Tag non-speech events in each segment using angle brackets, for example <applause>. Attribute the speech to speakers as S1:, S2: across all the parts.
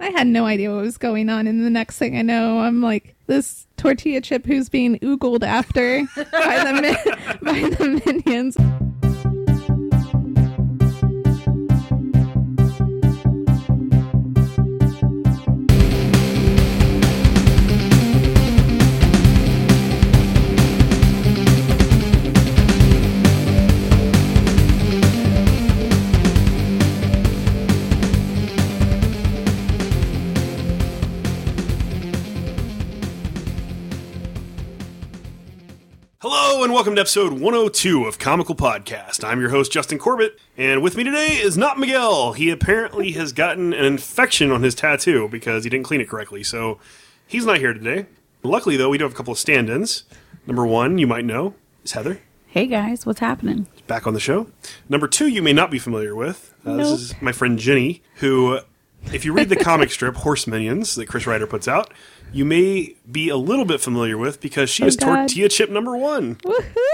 S1: I had no idea what was going on. And the next thing I know, I'm like this tortilla chip who's being oogled after by the min- <laughs> by the minions.
S2: Hello and welcome to episode 102 of Comical Podcast. I'm your host Justin Corbett, and with me today is not Miguel. He apparently has gotten an infection on his tattoo because he didn't clean it correctly, so he's not here today. Luckily, though, we do have a couple of stand-ins. Number one, you might know, is Heather
S3: Hey guys, what's happening?
S2: back on the show. Number two, you may not be familiar with. Uh,
S3: Nope.
S2: This is my friend Jenny, who, if you read the comic strip Horse Minions that Chris Ryder puts out, you may be a little bit familiar with because she is
S1: God.
S2: tortilla chip number one.
S1: Woohoo! <laughs>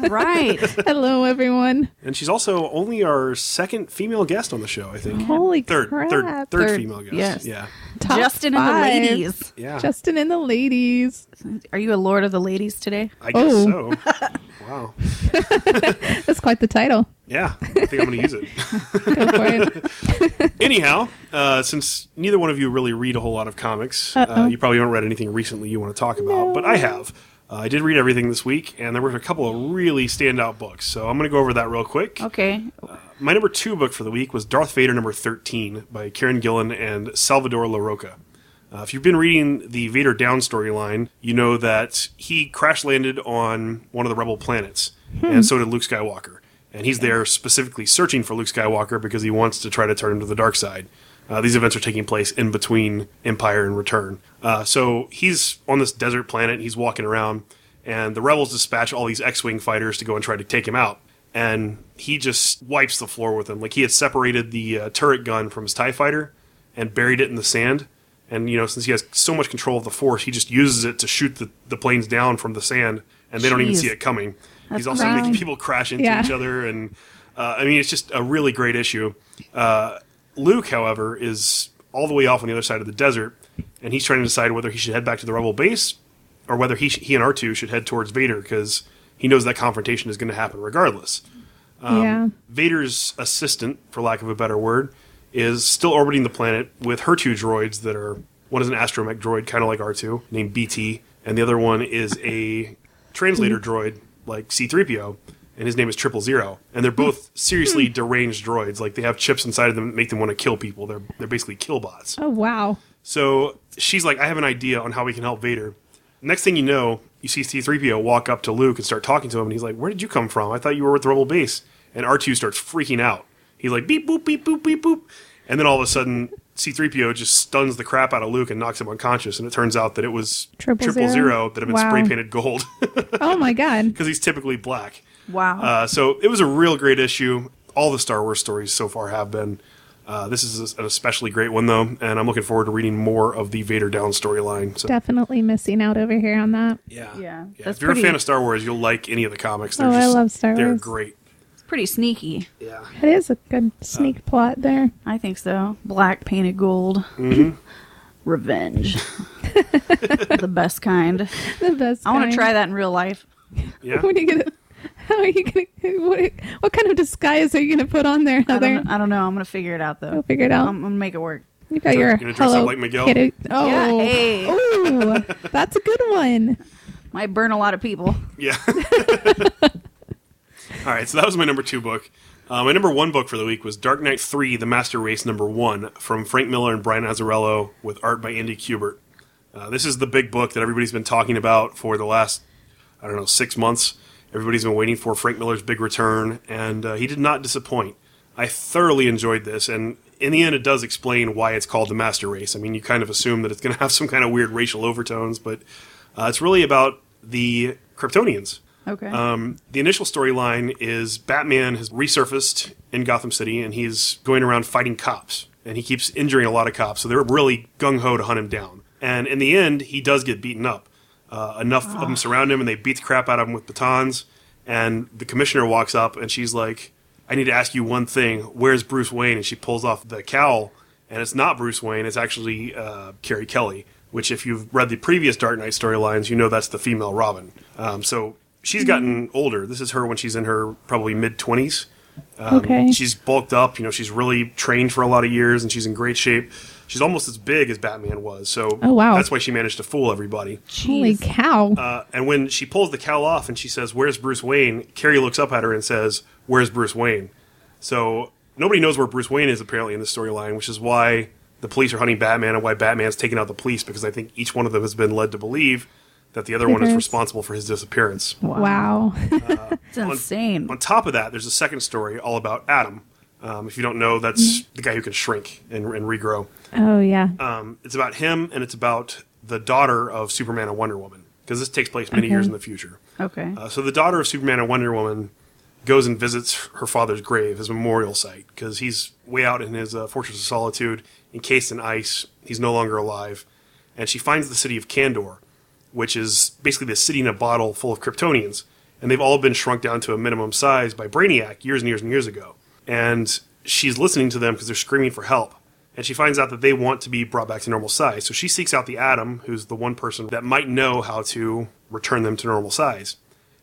S3: <laughs> Right.
S1: Hello, everyone.
S2: And she's also only our second female guest on the show, I think.
S1: Holy
S2: Third,
S1: crap.
S2: third, third,
S3: Third,
S2: female guest.
S3: yes.
S2: Yeah,
S1: Top
S3: Justin
S1: five.
S3: and the ladies.
S2: yeah.
S1: Justin and the ladies.
S3: Are you a lord of the ladies today?
S2: I guess
S1: Oh.
S2: so. wow.
S1: That's quite the title.
S2: Yeah, I think I'm going to use it.
S1: Go for
S2: <laughs>
S1: it.
S2: Anyhow, uh, since neither one of you really read a whole lot of comics, uh, you probably haven't read anything recently you want to talk about, but I have. Uh, I did read everything this week, and there were a couple of really standout books. So I'm going to go over that real quick.
S3: Okay.
S2: My number two book for the week was Darth Vader number 13 by Karen Gillan and Salvador LaRocca. Uh, if you've been reading the Vader Down storyline, you know that he crash landed on one of the Rebel planets, and so did Luke Skywalker. And he's there specifically searching for Luke Skywalker because he wants to try to turn him to the dark side. Uh, these events are taking place in between Empire and Return. Uh, so he's on this desert planet, he's walking around, and the Rebels dispatch all these X Wing fighters to go and try to take him out and he just wipes the floor with him. Like he had separated the uh, turret gun from his Tie Fighter and buried it in the sand. And you know, since he has so much control of the force, he just uses it to shoot the, the planes down from the sand, and they don't even
S3: Jeez.
S2: see it coming. He's also
S1: crazy.
S2: making <laughs> people crash into
S1: Yeah.
S2: each other, and uh, I mean, it's just a really great issue. Uh, Luke, however, is all the way off on the other side of the desert, and he's trying to decide whether he should head back to the Rebel base or whether he sh- he and R two should head towards Vader because he knows that confrontation is going to happen regardless. Um,
S1: yeah.
S2: Vader's assistant, for lack of a better word, is still orbiting the planet with her two droids that are one is an astromech droid, kind of like R2, named BT, and the other one is a translator droid, like C3PO, and his name is Triple Zero. And they're both seriously deranged droids. Like they have chips inside of them that make them want to kill people. They're they're basically kill bots.
S1: Oh, wow.
S2: So she's like, I have an idea on how we can help Vader. Next thing you know, you see C3PO walk up to Luke and start talking to him, and he's like, Where did you come from? I thought you were with the Rebel base. And R2 starts freaking out. He's like, Beep, boop, beep, boop, beep, boop. And then all of a sudden, C3PO just stuns the crap out of Luke and knocks him unconscious. And it turns out that it was
S1: Triple
S2: Triple
S1: Zero?
S2: Zero that had been
S1: Wow.
S2: spray painted gold <laughs>
S1: Oh, my God.
S2: because he's typically black.
S3: Wow.
S2: Uh, so it was a real great issue. All the Star Wars stories so far have been. Uh, this is an especially great one though, and I'm looking forward to reading more of the Vader Down storyline. So
S1: Definitely missing out over here on that.
S2: yeah,
S3: Yeah, that's
S2: If you're a fan
S3: pretty-
S2: of Star Wars, you'll like any of the comics. They're
S1: Oh, I
S2: just,
S1: love Star
S2: They're
S1: Wars.
S2: great.
S3: it's pretty sneaky.
S2: Yeah.
S1: It is a good
S2: Uh,
S1: sneak plot there. <laughs>
S3: I think so. Black painted gold.
S2: Mm-hmm.
S1: <laughs>
S3: Revenge. the best kind.
S1: The best.
S3: I want
S1: kind.
S3: to try that in real life.
S1: <laughs>
S2: Yeah.
S1: What are you gonna? How are you gonna? What, what kind of disguise are you gonna put on there,
S3: I
S1: Heather?
S3: don't, I don't know. I'm going to figure it out, though.
S1: We'll figure it out.
S3: I'm, I'm going to make it work.
S1: you got
S2: So
S1: your
S2: Um, you're gonna dress up
S1: hello
S2: like Miguel?
S1: Kitty- Oh,
S3: Yeah, hey.
S1: Ooh, that's a good
S2: <laughs>
S1: one.
S3: Might burn a lot of people.
S2: Yeah. <laughs> All right, so that was my number two book. Uh, my number one book for the week was Dark Knight 3, The Master Race number one from Frank Miller and Brian Azzarello with art by Andy Kubert. Uh, this is the big book that everybody's been talking about for the last, I don't know, six months. Everybody's been waiting for Frank Miller's big return, and uh, he did not disappoint. I thoroughly enjoyed this, and in the end, it does explain why it's called the Master Race. I mean, you kind of assume that it's going to <laughs> have some kind of weird racial overtones, but uh, it's really about the Kryptonians.
S3: Okay.
S2: Um, the initial storyline is Batman has resurfaced in Gotham City and he's going around fighting cops. And he keeps injuring a lot of cops, so they're really gung ho to hunt him down. And in the end, he does get beaten up. Uh, enough of them surround him and they beat the crap out of him with batons. And the commissioner walks up and she's like, I need to ask you one thing. Where's Bruce Wayne? And she pulls off the cowl and it's not Bruce Wayne. It's actually uh, Carrie Kelly. Which, if you've read the previous Dark Knight storylines, you know that's the female Robin. Um, so she's
S1: Mm-hmm.
S2: gotten older. This is her when she's in her probably mid twenties.
S1: okay.
S2: Um, She's bulked up. You know, she's really trained for a lot of years, and she's in great shape. She's almost as big as Batman was. So
S1: Oh, wow.
S2: that's why she managed to fool everybody.
S1: Holy cow.
S2: Uh, and when she pulls the cowl off and she says, "Where's Bruce Wayne?" Carrie looks up at her and says, "Where's Bruce Wayne?" So nobody knows where Bruce Wayne is apparently in the storyline, which is why the police are hunting Batman and why Batman's taking out the police because I think each one of them has been led to believe that the other one is
S1: Mhm.
S2: responsible for his disappearance.
S3: <laughs>
S1: wow.
S3: It's insane.
S2: On top of that, there's a second story all about Adam. Um, if you don't know, that's
S1: Mm-hmm.
S2: the guy who can shrink and, and regrow.
S1: oh, yeah.
S2: Um, it's about him and it's about the daughter of Superman and Wonder Woman because this takes place many
S1: Okay.
S2: years in the future.
S3: Okay.
S2: Uh, so the daughter of Superman and Wonder Woman goes and visits her father's grave, his memorial site, because he's way out in his uh, fortress of solitude, encased in ice. He's no longer alive, and she finds the city of Kandor, which is basically the city in a bottle full of Kryptonians, and they've all been shrunk down to a minimum size by Brainiac years and years and years ago. And she's listening to them because they're screaming for help. And she finds out that they want to be brought back to normal size. So she seeks out the Atom, who's the one person that might know how to return them to normal size.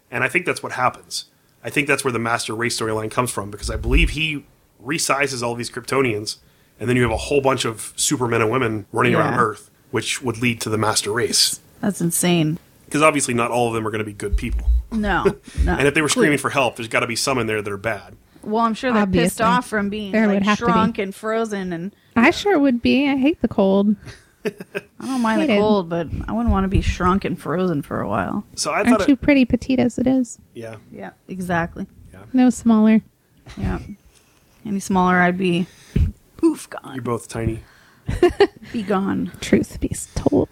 S2: And I think that's what happens. I think that's where the Master Race storyline comes from because I believe he resizes all these Kryptonians, and then you have a whole bunch of supermen and women running around
S3: Yeah.
S2: Earth, which would lead to the Master Race.
S3: That's insane.
S2: Because obviously, not all of them are going to be good people.
S3: No.
S2: <laughs>
S3: no.
S2: And if they were screaming for help, there's got to be some in there that are bad.
S3: Well, I'm sure they're pissed
S1: Obviously.
S3: off from being
S1: There would
S3: like
S1: have to be.
S3: shrunk and frozen and
S1: I sure would be. I hate the cold.
S3: I don't mind the
S1: Hated.
S3: cold, but I wouldn't want to be shrunk and frozen for a while.
S2: So I thought,
S1: Aren't
S2: it,
S1: you pretty petite as it is?
S2: yeah,
S3: Yeah. Exactly.
S1: No smaller.
S3: Yeah. Any smaller I'd be poof
S2: you're
S3: gone.
S2: both tiny.
S3: Be gone.
S1: Truth be
S2: <laughs>
S1: told.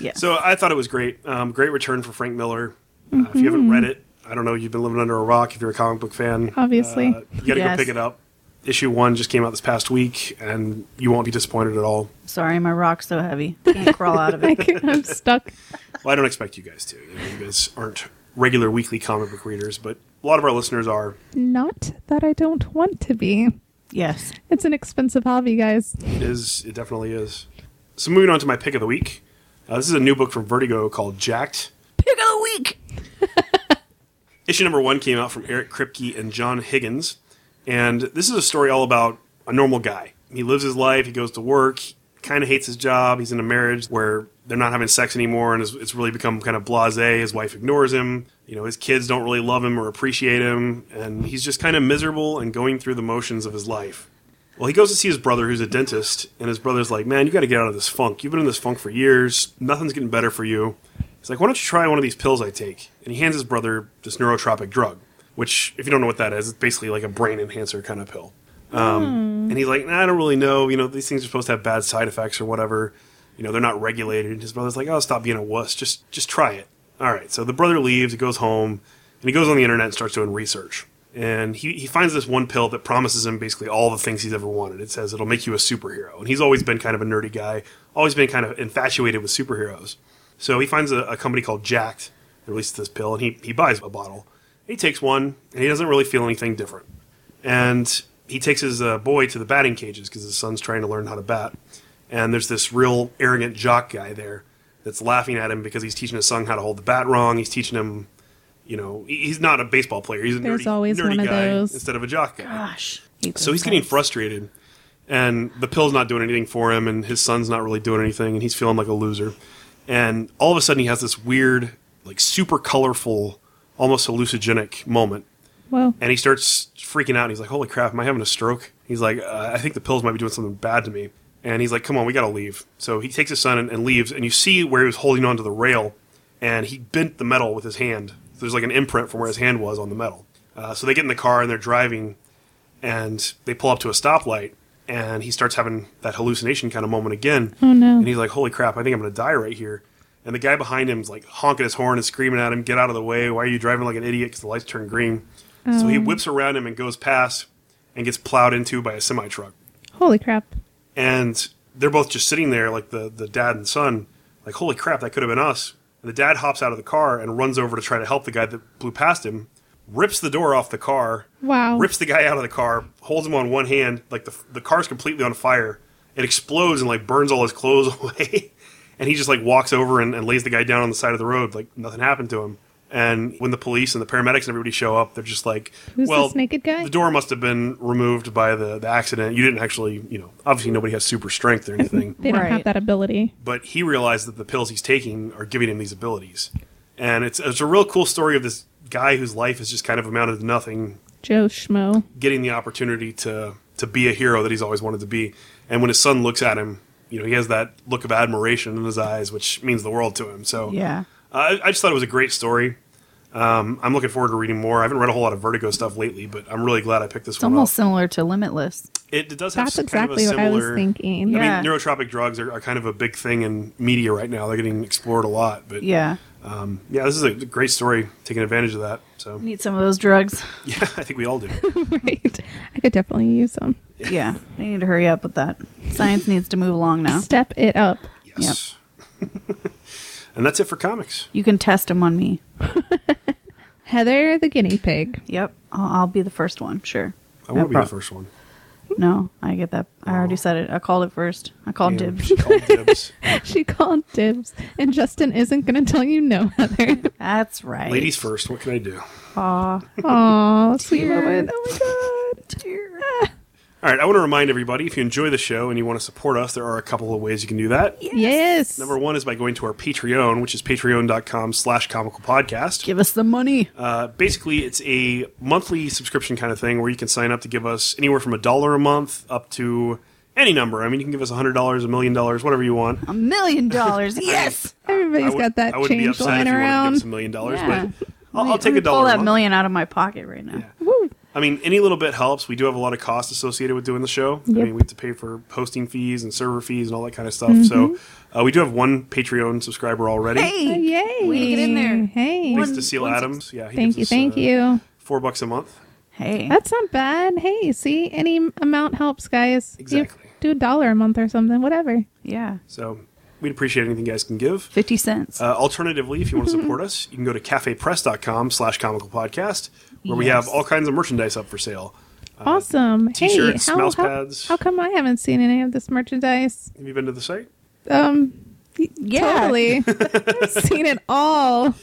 S3: Yes.
S2: So I thought it was great. Um, great return for Frank Miller. Uh, if you haven't read it, I don't know. You've been living under a rock if you're a comic book fan.
S1: Obviously.
S2: Uh, you got to
S3: Yes.
S2: go pick it up. Issue one just came out this past week, and you won't be disappointed at all.
S3: Sorry, my rock's so heavy. Can't crawl out of
S1: I
S3: <laughs> it.
S1: can't- I'm stuck.
S2: Well, I don't expect you guys to. You, know, you guys aren't regular weekly comic book readers, but a lot of our listeners are.
S1: Not that I don't want to be.
S3: Yes.
S1: It's an expensive hobby, guys.
S2: It is. It definitely is. So moving on to my pick of the week. Uh, this is a new book from Vertigo called Jacked.
S3: Pick of the week.
S2: Issue number one came out from Eric Kripke and John Higgins. And this is a story all about a normal guy. He lives his life, he goes to work, kind of hates his job. He's in a marriage where they're not having sex anymore and it's, it's really become kind of blase. His wife ignores him. You know, his kids don't really love him or appreciate him. And he's just kind of miserable and going through the motions of his life. Well, he goes to see his brother, who's a dentist, and his brother's like, "Man, you got to get out of this funk. You've been in this funk for years. Nothing's getting better for you." He's like, "Why don't you try one of these pills I take?" And he hands his brother this neurotropic drug, which, if you don't know what that is, it's basically like a brain enhancer kind of pill. Um, And he's like, nah, "I don't really know. You know, these things are supposed to have bad side effects or whatever. You know, they're not regulated." And his brother's like, "Oh, stop being a wuss. Just, just try it." All right. So the brother leaves. He goes home, and he goes on the internet and starts doing research and he, he finds this one pill that promises him basically all the things he's ever wanted. It says it'll make you a superhero. And he's always been kind of a nerdy guy, always been kind of infatuated with superheroes. So he finds a, a company called Jacked that releases this pill, and he, he buys a bottle. He takes one, and he doesn't really feel anything different. And he takes his uh, boy to the batting cages because his son's trying to learn how to bat. And there's this real arrogant jock guy there that's laughing at him because he's teaching his son how to hold the bat wrong. He's teaching him, you know, he- he's not a baseball player. He's a
S1: There's
S2: nerdy,
S1: always
S2: nerdy
S1: one of
S2: guy
S1: those.
S2: instead of a jock guy.
S3: Gosh.
S2: So he's getting frustrated, and the pill's not doing anything for him, and his son's not really doing anything, and he's feeling like a loser. And all of a sudden, he has this weird, like super colorful, almost hallucinogenic moment,
S1: Well,
S2: and he starts freaking out. And he's like, "Holy crap! Am I having a stroke?" He's like, uh, "I think the pills might be doing something bad to me." And he's like, "Come on, we gotta leave." So he takes his son and, and leaves. And you see where he was holding onto the rail, and he bent the metal with his hand. So there's like an imprint from where his hand was on the metal. Uh, so they get in the car and they're driving, and they pull up to a stoplight, and he starts having that hallucination kind of moment again.
S1: Oh, no.
S2: And he's like, "Holy crap! I think I'm gonna die right here." And the guy behind him's like honking his horn and screaming at him, "Get out of the way! Why are you driving like an idiot?" Because the lights turned green. So
S1: Oh.
S2: he whips around him and goes past and gets plowed into by a semi truck.
S1: holy crap.
S2: And they're both just sitting there, like the, the dad and son, like, holy crap, that could have been us. And the dad hops out of the car and runs over to try to help the guy that blew past him, rips the door off the car,
S1: Wow.
S2: rips the guy out of the car, holds him on one hand, like the, the car's completely on fire, It explodes and like burns all his clothes <laughs> away. and he just like walks over and, and lays the guy down on the side of the road like nothing happened to him. And when the police and the paramedics and everybody show up, they're just like,
S1: Who's
S2: "Well,
S1: this naked guy?"
S2: the door must have been removed by the, the accident. You didn't actually, you know, obviously nobody has super strength or anything."
S1: <laughs> They don't
S3: Right.
S1: have that ability.
S2: but he realized that the pills he's taking are giving him these abilities. And it's it's a real cool story of this guy whose life has just kind of amounted to nothing,
S1: Joe Schmo.
S2: getting the opportunity to to be a hero that he's always wanted to be. And when his son looks at him, you know, he has that look of admiration in his eyes, which means the world to him. So uh,
S3: Yeah.
S2: I, I just thought it was a great story. Um, I'm looking forward to reading more. I haven't read a whole lot of Vertigo stuff lately, but I'm really glad I picked this
S3: It's
S2: one
S3: almost
S2: up.
S3: similar to Limitless.
S2: It, it does have
S1: That's
S2: some kind of a
S1: exactly what I was
S2: similar-
S1: thinking.
S2: I
S3: Yeah.
S2: mean, neurotropic drugs are, are kind of a big thing in media right now. They're getting explored a lot, but
S3: Yeah.
S2: um, yeah, this is a great story taking advantage of that. So <laughs>
S3: Need some of those drugs.
S2: yeah, I think we
S1: <laughs>
S2: all do.
S1: <laughs> right. I could definitely use them.
S3: Yeah. They need to hurry up with that. Science needs to move along now.
S1: Step it up.
S2: Yes. <laughs> and that's it for comics.
S3: You can test them on me.
S1: Heather the guinea pig.
S3: Yep. I'll, I'll be the first one. Sure.
S2: I will be
S3: No
S2: the
S3: prob-
S2: first one.
S3: No, I get that. I already said it. I called it first. I called
S2: Yeah,
S3: dibs.
S2: she called dibs.
S1: <laughs> She called dibs, and Justin isn't going to tell you no, Heather.
S3: That's right.
S2: Ladies first. What can I do?
S3: <laughs>
S2: <laughs>
S3: Aw.
S1: Aw, sweet
S3: Tear.
S1: moment. Oh my god. Ah.
S2: All right. I want to remind everybody if you enjoy the show and you want to support us, there are a couple of ways you can do that.
S1: Yes.
S2: Number one is by going to our Patreon, which is patreon.com slash comical podcast.
S3: Give us the money.
S2: Uh, basically, it's a monthly subscription kind of thing where you can sign up to give us anywhere from a dollar a month up to any number. I mean, you can give us hundred dollars, a million dollars, whatever you want.
S3: A million dollars.
S2: <laughs>
S3: Yes.
S1: Everybody's
S2: I would-
S1: got that
S2: I wouldn't
S1: change
S2: be upset
S1: lying
S2: if you wanted to give us
S1: around.
S2: a million dollars,
S3: Yeah.
S2: but I'll, I'll
S3: Let
S2: take
S3: me
S2: a dollar.
S3: Pull
S2: a
S3: that
S2: month.
S3: million out of my pocket right now.
S1: Woo.
S2: I mean, any little bit helps. We do have a lot of costs associated with doing the show. I
S1: Yep.
S2: mean, we have to pay for hosting fees and server fees and all that kind of stuff. So
S1: Mm-hmm.
S2: uh, we do have one Patreon subscriber already.
S1: Oh,
S3: Hey.
S1: yay.
S3: Way to get in there.
S1: Hey.
S2: Thanks to
S3: One-
S2: Seal
S3: one sub-
S2: Adams. Yeah, he
S1: thank
S2: gives
S1: you.
S2: us,
S1: Thank
S2: uh,
S1: you.
S2: Four bucks a month.
S3: Hey.
S1: That's not bad. Hey, see, any amount helps, guys. You
S2: Exactly.
S1: do a dollar a month or something, whatever.
S3: Yeah.
S2: So we'd appreciate anything you guys can give.
S3: 50 cents.
S2: Uh, alternatively, if you want
S1: <laughs>
S2: to support us, you can go to cafepress.com slash comical podcast, where we
S3: Yes.
S2: have all kinds of merchandise up for sale.
S1: awesome. Hey,
S2: t-shirts,
S1: how,
S2: mouse
S1: how,
S2: pads.
S1: how come I haven't seen any of this merchandise?
S2: Have you been to the site?
S1: Um,
S3: yeah. <laughs>
S1: totally. I've seen it all.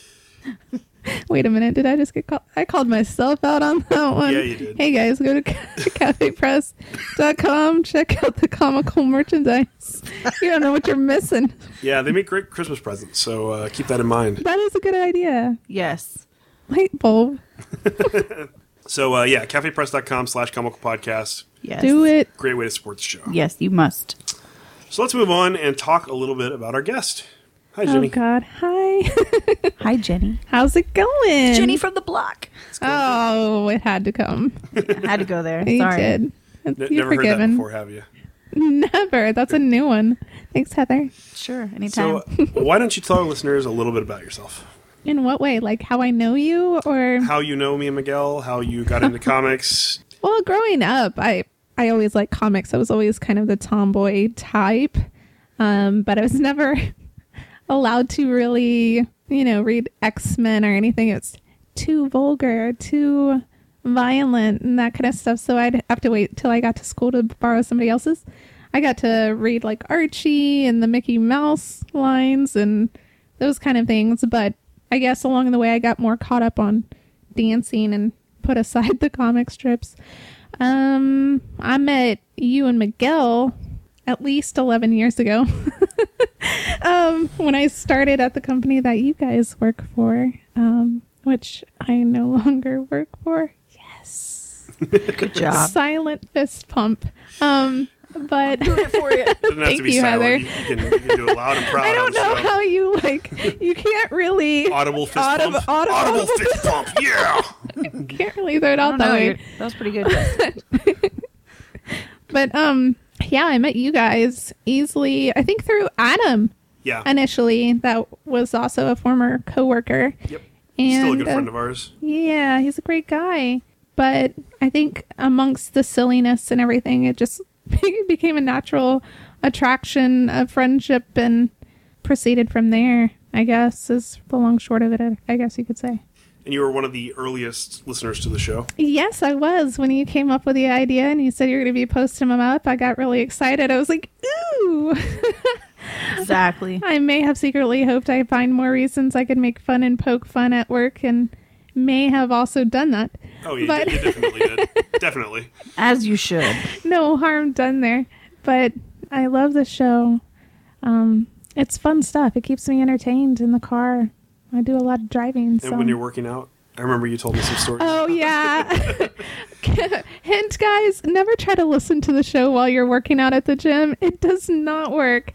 S1: Wait a minute. Did I just get called? I called myself out on that one.
S2: Yeah, you did.
S1: Hey, guys, go to <laughs> cafepress.com. Check out the comical merchandise. You don't know what you're missing.
S2: Yeah, they make great Christmas presents, so uh, keep that in mind.
S1: That is a good idea.
S3: Yes.
S1: Light bulb.
S2: So, uh, yeah, cafepress.com slash comical podcast.
S3: Yes.
S1: Do it.
S2: Great way to support the show.
S3: Yes, you must.
S2: So let's move on and talk a little bit about our guest. Hi,
S1: Oh
S2: Jenny.
S1: God! Hi, <laughs>
S3: Hi, Jenny.
S1: how's it going?
S3: Jenny from the
S2: <laughs>
S3: block.
S1: Oh, it had to come.
S3: I had to go there.
S1: You
S3: Sorry.
S1: did.
S2: N-
S1: You're
S2: never heard that
S1: forgiven.
S2: before, have you?
S1: <laughs> Never. That's a new one. Thanks, Heather.
S3: Sure. Anytime.
S2: So <laughs> why don't you tell our listeners a little bit about yourself?
S1: In what way? Like how I know you, or
S2: How you know me and Miguel, how you
S1: <laughs>
S2: got into comics.
S1: well, growing up, I I always liked comics. I was always kind of the tomboy type, um, but I was <laughs> never allowed to really, you know, read X Men or anything. It's too vulgar, too violent, and that kind of stuff. So I'd have to wait till I got to school to borrow somebody else's. I got to read like Archie and the Mickey Mouse lines and those kind of things. But I guess along the way, I got more caught up on dancing and put aside <laughs> the comic strips. Um, I met you and Miguel at least 11 years ago <laughs> um, when I started at the company that you guys work for, um, which I no <laughs> longer work for. Yes.
S2: <laughs>
S3: Good job.
S1: Silent fist pump. Um,
S3: <laughs>
S1: but
S3: it for you.
S2: It doesn't have
S1: Thank
S2: to be
S1: you,
S2: silent.
S1: Heather.
S2: You, can, you can do it loud and proud.
S1: <laughs> I don't know
S2: so-
S1: how you like. You can't
S2: <laughs>
S1: really.
S2: Audible fist
S1: Audib-
S2: pump.
S1: audible-
S2: audible fist pump. Yeah.
S1: can't really throw it
S3: I
S1: out
S3: don't
S1: that
S3: know.
S1: way.
S3: you're- That was pretty good. Jess.
S1: But um, yeah, I met you guys easily. I think through Adam <laughs>
S2: Yeah.
S1: initially. That was also a former coworker.
S2: yep.
S1: And
S2: Still a good
S1: uh,
S2: friend of ours.
S1: Yeah, he's a great guy. But I think amongst the silliness and everything, it just <laughs> became a natural attraction of friendship and proceeded from there, I guess, is the long short of it, I guess you could say.
S2: and you were one of the earliest listeners to the show.
S1: Yes, I was. When you came up with the idea and you said you were going to be posting them up, I got really excited. I was like, ooh. <laughs>
S3: Exactly.
S1: I may have secretly hoped I'd find more reasons I could make fun and poke fun at work and may have also done that.
S2: Oh, yeah,
S1: But-
S2: you
S1: <laughs>
S2: definitely did. definitely.
S3: As you should.
S1: No harm done there. But I love the show. Um, it's fun stuff. It keeps me entertained in the car. I do a lot of driving.
S2: And
S1: so.
S2: when you're working out, I remember you told me some stories.
S1: Oh yeah. <laughs> Hint guys, never try to listen to the show while you're working out at the gym. It does not work.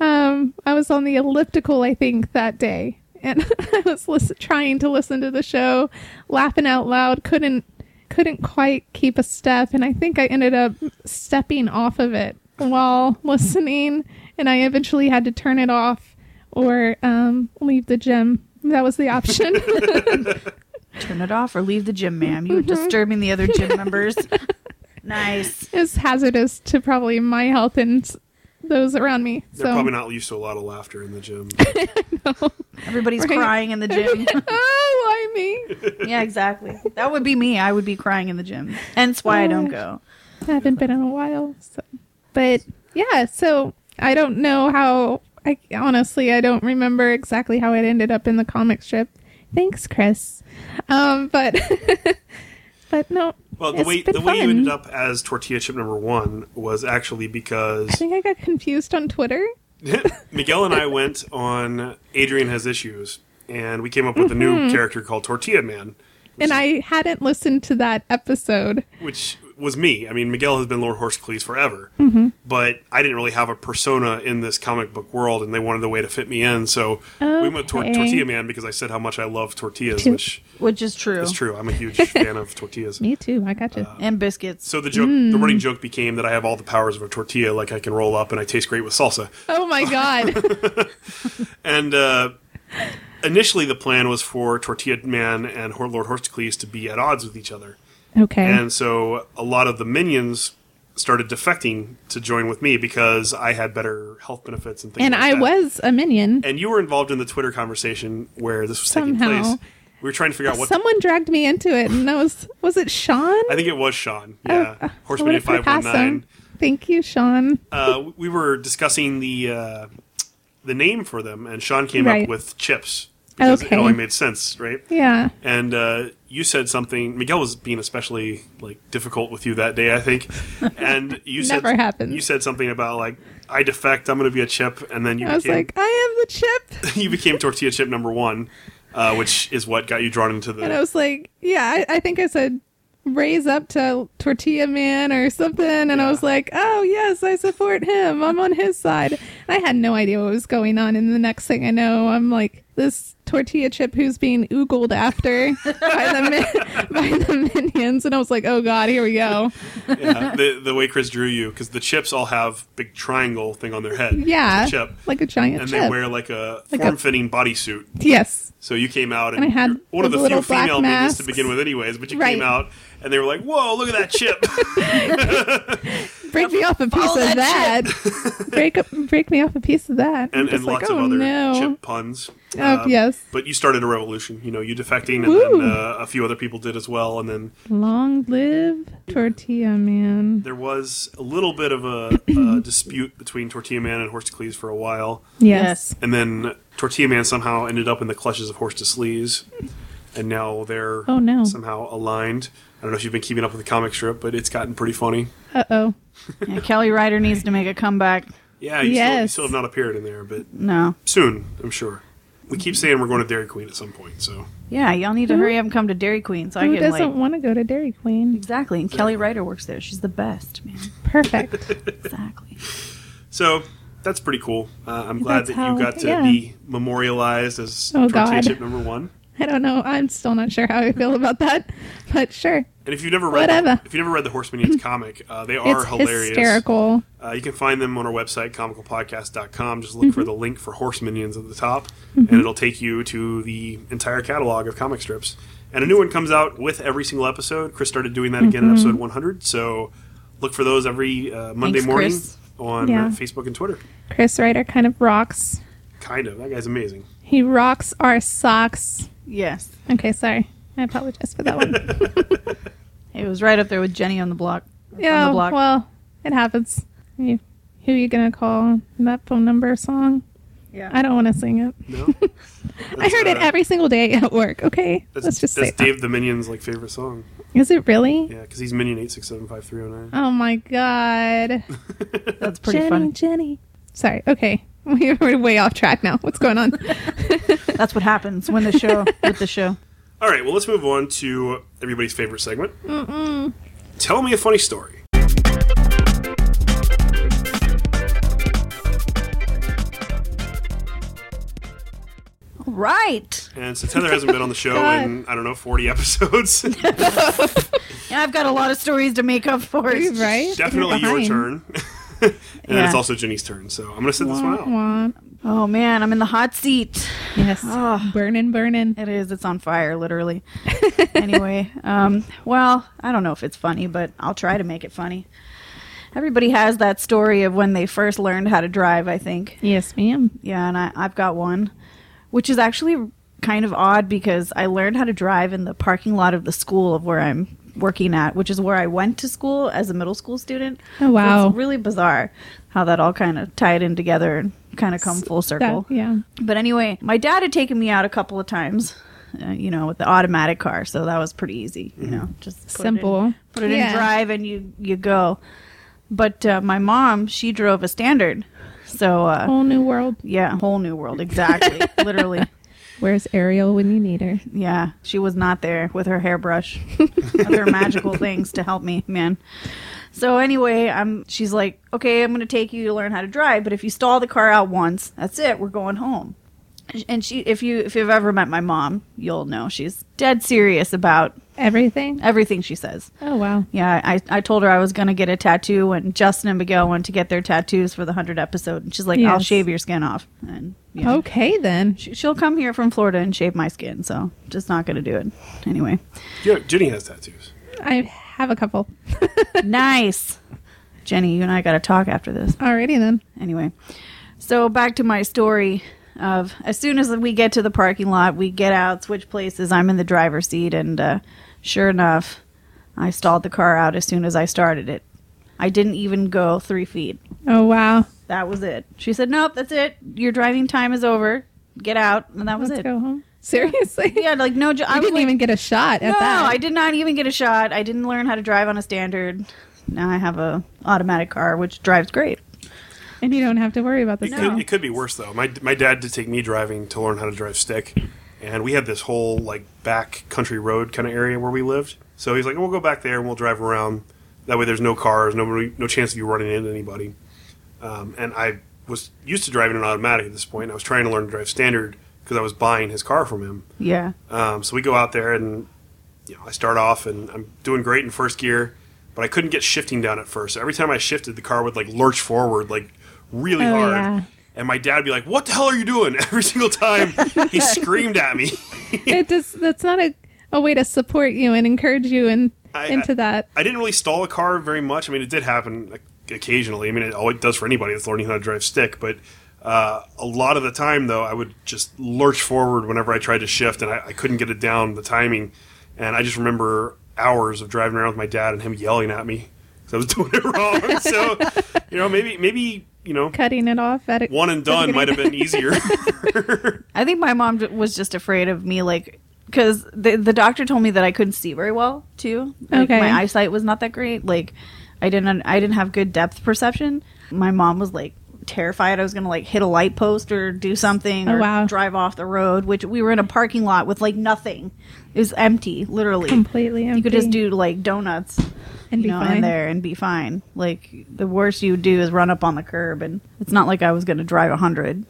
S1: Um, I was on the elliptical, I think, that day, and <laughs> I was listen- trying to listen to the show, laughing out loud. Couldn't couldn't quite keep a step, and I think I ended up stepping off of it while <laughs> listening, and I eventually had to turn it off or um, leave the gym. That was the option.
S3: Turn it off or leave the gym, ma'am. You're
S1: Mm-hmm.
S3: disturbing the other
S1: <laughs>
S3: gym members. nice.
S1: is hazardous to probably my health and s- those around me.
S2: They're
S1: So
S2: probably not used to a lot of laughter in the gym.
S3: Everybody's
S1: Right.
S3: crying in
S1: <laughs>
S3: the gym.
S1: <laughs> oh, why me?
S3: yeah, exactly. That would be me. I would be crying in the gym. Hence why I don't go.
S1: I haven't been in a while. So. But yeah, so I don't know how. I honestly I don't remember exactly how it ended up in the comic strip. Thanks, Chris. Um, but <laughs> but no.
S2: Well, the
S1: it's
S2: way
S1: been
S2: the way you
S1: fun.
S2: ended up as tortilla chip number one was actually
S1: I
S2: because <laughs>
S1: think I got confused on Twitter.
S2: Miguel and I went on Adrian has issues, and we came up with a new
S1: Mm-hmm.
S2: character called Tortilla Man,
S1: And I hadn't listened to that episode.
S2: which was me. I mean, Miguel has been Lord Horsecleese forever,
S1: Mm-hmm.
S2: but I didn't really have a persona in this comic book world, and they wanted a way to fit me in, so we went tor-
S1: Okay.
S2: Tortilla Man because I said how much I love tortillas,
S1: Two-
S2: which
S3: Which is true.
S2: is true. I'm
S1: <laughs>
S2: a huge fan of tortillas.
S1: Me too. I got you.
S2: Uh,
S3: And biscuits.
S2: So the joke, the running
S1: Mm.
S2: joke became that I have all the powers of a tortilla, like I can roll up and I taste great with salsa.
S1: oh my
S2: <laughs>
S1: god.
S2: And uh, initially, the plan was for Tortilla Man and Hor- Lord Horstocles to be at odds with each other,
S1: Okay.
S2: and so a lot of the minions started defecting to join with me because I had better health benefits and things.
S1: and
S2: like
S1: I
S2: that.
S1: was a minion.
S2: and you were involved in the Twitter conversation where this was taking
S1: Somehow.
S2: place. We were trying to figure out what.
S1: Someone dragged me into it, and I was was it Sean?
S2: I think it was Sean. Yeah,
S1: Uh,
S2: Horseman
S1: I would've
S2: five one
S1: surpassed
S2: nine.
S1: him. Thank you, Sean.
S2: uh, we were discussing the uh, the name for them, and Sean came
S1: Right.
S2: up with chips because
S1: Okay.
S2: it only made sense, right?
S1: Yeah,
S2: And uh, you said something. Miguel was being especially like difficult with you that day,
S1: <laughs>
S2: I think. And you said
S1: Never happens.
S2: you said something about like I defect, I'm going to be a chip, and then you
S1: I was
S2: became
S1: like, I am the chip,
S2: <laughs> you became tortilla chip number one, uh, which is what got you drawn into the.
S1: and I was like, yeah, I, I think I said raise up to tortilla man or something and i
S2: Yeah.
S1: was like oh yes i support him i'm on his side i had no idea what was going on and the next thing i know i'm like this tortilla chip who's being oogled after by the <laughs> min- by the minions and i was like oh god here we go
S2: <laughs> yeah, the the way Chris drew you because the chips all have big triangle thing on their head.
S1: yeah
S2: It's a chip.
S1: like a giant
S2: And
S1: chip
S2: they wear like a
S1: Like a-
S2: form-fitting bodysuit.
S1: yes
S2: So you came out, and,
S1: And I had
S2: you're one of
S1: the
S2: the few
S1: little black
S2: female minions to
S1: masks.
S2: begin with, anyways. But you
S1: Right.
S2: came out, and they were like, "Whoa, look at that
S1: <laughs>
S2: chip!"
S1: break me off a piece
S3: Follow
S1: of
S3: that
S1: that. break up, break me off a piece of that. I'm
S2: and and
S1: just like,
S2: lots
S1: oh,
S2: of other
S1: no.
S2: chip uh, puns. Um,
S1: Oh, yes.
S2: But you started a revolution. You know, you defecting, and
S1: Woo.
S2: then uh, a few other people did as well. And then
S1: Long live tortilla man.
S2: there was a little bit of a, a
S1: <laughs>
S2: dispute between Tortilla Man and Horstocles for a while,
S1: Yes.
S2: and then Tortilla Man somehow ended up in the clutches of Horstocles, and now they're
S1: Oh, no.
S2: somehow aligned. I don't know if you've been keeping up with the comic strip, but it's gotten pretty funny.
S1: Uh oh.
S3: Yeah, Kelly Ryder needs to make a comeback.
S2: Yeah, you, still, you
S1: Yes.
S2: still have not appeared in there, but
S3: No.
S2: soon, I'm sure. We keep saying we're going to Dairy Queen at some point, so
S3: Yeah, y'all need to hurry up and come to Dairy Queen so I
S1: Who
S3: can
S1: doesn't
S3: like
S1: want to go to Dairy Queen?
S3: Exactly. And Kelly Ryder works there. She's the best, man.
S2: <laughs>
S1: Perfect.
S3: Exactly.
S2: so that's pretty cool. Uh, I'm glad
S1: That's
S2: that
S1: how-
S2: you got to
S1: yeah.
S2: be memorialized as
S1: Oh,
S2: tortilla
S1: God.
S2: chip number one.
S1: I don't know. I'm still not sure how I feel about that, but sure,
S2: And if you've never read
S1: Whatever.
S2: if you've never read the Horse Minions
S1: <clears throat>
S2: comic, uh, they are
S1: it's
S2: hilarious.
S1: hysterical.
S2: Uh, you can find them on our website, comicalpodcast.com. Just look
S1: Mm-hmm.
S2: for the link for Horse Minions at the top, and it'll take you to the entire catalog of comic strips. And a new one comes out with every single episode. Chris started doing that
S1: Mm-hmm.
S2: again in episode 100. So look for those every uh, Monday
S3: Thanks,
S2: morning
S3: Chris.
S2: on
S1: Yeah.
S2: uh, Facebook and Twitter.
S1: Chris Ryder kind of rocks. <laughs>
S2: Kind of. That guy's amazing.
S1: He rocks our socks.
S3: Yes.
S1: Okay, sorry. I apologize for that one.
S3: It was right up there with Jenny on the block.
S1: yeah,
S3: On the block.
S1: well, it happens. You, who you gonna call? That phone number song.
S3: Yeah.
S1: I don't want to sing it.
S2: No,
S1: <laughs>
S2: uh,
S1: I heard it every single day at work. Okay,
S2: That's,
S1: let's just
S2: that's
S1: say that.
S2: Dave the Minion's like favorite song.
S1: Is it really?
S2: Yeah, because he's Minion eight six seven five three zero nine. <laughs>
S1: Oh my god,
S3: That's pretty
S1: Jenny,
S3: funny.
S1: Jenny. Sorry. Okay, <laughs> We- we're way off track now. What's going on? <laughs>
S3: That's what happens when the show with
S1: <laughs>
S3: the show.
S2: All right, well let's move on to everybody's favorite segment.
S1: Mm,
S2: Tell me a funny story.
S3: All right.
S2: And so Heather hasn't been on the
S1: <laughs>
S2: show
S1: God.
S2: in I don't know
S1: <laughs>
S2: forty episodes.
S3: Yeah, I've got a lot of stories to make up for.
S1: You're right.
S2: Definitely your
S1: Behind.
S2: turn. <laughs> and it's
S3: Yeah.
S2: also Jenny's turn, so I'm gonna sit this one out.
S1: Wah, wah.
S3: Oh man, I'm in the hot seat.
S1: Yes.
S3: Ah.
S1: Burning, burning.
S3: It is. It's on fire, literally. anyway, um, well, I don't know if it's funny, but I'll try to make it funny. Everybody has that story of when they first learned how to drive, I think.
S1: Yes, ma'am.
S3: Yeah, and I, I've got one, which is actually kind of odd because I learned how to drive in the parking lot of the school of where I'm working at, which is where I went to school as a middle school student.
S1: Oh, wow.
S3: it's really bizarre how that all kind of tied in together and kind of come full circle.
S1: That- yeah.
S3: But anyway, my dad had taken me out a couple of times, uh, you know, with the automatic car, so that was pretty easy, you know, just put it in-
S1: Mm-hmm. Simple.
S3: put it
S1: Yeah.
S3: in drive and you you go. But uh, my mom, she drove a standard, so uh,
S1: Whole new world.
S3: yeah, whole new world, exactly, <laughs> literally.
S1: Where's Ariel when you need her?
S3: Yeah, she was not there with her hairbrush, other magical things to help me, man. So anyway, I'm. She's like, okay, I'm going to take you to learn how to drive, but if you stall the car out once, that's it. We're going home. And she, if you if you've ever met my mom, you'll know she's dead serious about
S1: Everything.
S3: everything she says.
S1: Oh wow.
S3: Yeah, I, I told her I was going to get a tattoo when Justin and Miguel went to get their tattoos for the 100 episode. And she's like, I'll
S1: Yes.
S3: shave your skin off. And you know,
S1: Okay then.
S3: she, she'll come here from Florida and shave my skin, so just not going to do it.
S1: <laughs>
S3: Anyway,
S2: Yeah, Jenny has tattoos.
S1: I have a
S3: <laughs>
S1: couple.
S3: nice. Jenny, you and I got to talk after this.
S1: Alrighty then.
S3: Anyway, so back to my story of as soon as we get to the parking lot, we get out, switch places. I'm in the driver's seat, and uh, sure enough, I stalled the car out as soon as I started it. I didn't even go three feet.
S1: Oh wow.
S3: That was it. She said, "Nope, that's it. Your driving time is over. Get out." And that was
S1: Let's
S3: it.
S1: go home. Seriously.
S3: Yeah, like no. Jo- I
S1: I
S3: was
S1: didn't
S3: like,
S1: even get a shot at
S3: no,
S1: that.
S3: I did not even get a shot. I didn't learn how to drive on a standard. Now I have a automatic car, which drives great.
S1: and you don't have to worry about this.
S2: It,
S1: now.
S2: could, it could be worse though. My my dad did take me driving to learn how to drive stick, and we had this whole like back country road kind of area where we lived. So he's like, "We'll go back there and we'll drive around. That way, there's no cars, nobody, no chance of you running into anybody." Um, and I was used to driving an automatic at this point. I was trying to learn to drive standard because I was buying his car from him.
S3: Yeah,
S2: Um, so we go out there and you know I start off and I'm doing great in first gear, but I couldn't get shifting down at first. So every time I shifted, the car would like lurch forward like really
S1: Oh,
S2: hard.
S1: yeah.
S2: And my dad would be like, "What the hell are you doing?" <laughs> Every single time
S1: <laughs>
S2: he screamed at me.
S1: it does. That's not a, a way to support you and encourage you and
S2: I-
S1: into that.
S2: I didn't really stall a car very much. I mean, it did happen like, occasionally. I mean, it always does for anybody that's learning how to drive stick. But uh, a lot of the time, though, I would just lurch forward whenever I tried to shift, and I, I couldn't get it down the timing. And I just remember hours of driving around with my dad and him yelling at me because I was <laughs> doing it wrong. so, you know, maybe maybe you know,
S1: Cutting it off at it.
S2: one and done might have been easier. <laughs>
S3: I think my mom d- was just afraid of me, like because the the doctor told me that I couldn't see very well too. Like,
S1: Okay.
S3: my eyesight was not that great. Like I didn't I didn't have good depth perception. My mom was like terrified I was gonna like hit a light post or do something
S1: Oh,
S3: or
S1: wow.
S3: drive off the road. Which we were in a parking lot with like nothing. It was empty,
S1: <laughs>
S3: literally.
S1: completely empty.
S3: You could just do like donuts
S1: and
S3: you
S1: be
S3: know,
S1: fine.
S3: in there and be fine. Like the worst you would do is run up on the curb, and it's not like I was going to drive a <laughs> hundred.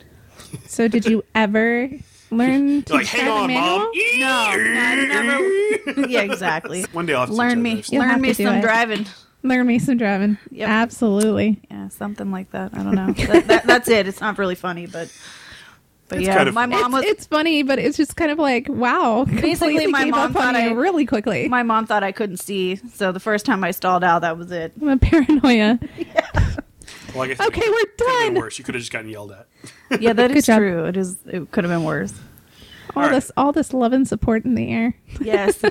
S1: So did you ever learn to
S2: <laughs> like, hang
S1: drive a
S2: on,
S1: manual?
S2: mom. <laughs>
S3: yeah, exactly.
S2: One day I'll have to teach
S3: Learn
S2: her
S3: me,
S2: this.
S1: You'll have
S3: learn me
S1: to do
S3: some
S1: it.
S3: driving.
S1: Learn me some driving.
S3: Yep.
S1: Absolutely.
S3: Yeah, something like that. I don't know. that, <laughs> that, that's it. It's not really funny, but but
S2: It's
S3: yeah,
S2: kind of
S3: my
S2: funny.
S3: mom was.
S1: it's, it's funny, but it's just kind of like, wow. completely
S3: my
S1: gave up
S3: mom
S1: on
S3: thought
S1: you
S3: I-
S1: really quickly.
S3: my mom thought I couldn't see, so the first time I stalled out, that was it.
S1: I'm a paranoia.
S2: Well, I guess it
S1: Okay,
S2: could've
S1: we're done.
S2: been
S3: <laughs>
S2: worse. You could have just gotten yelled at.
S3: Yeah, that
S1: Good
S3: is
S1: job.
S3: true. It is. It could have been worse.
S1: all
S2: All right.
S1: this all this love and support in the air,
S3: <laughs> Yes.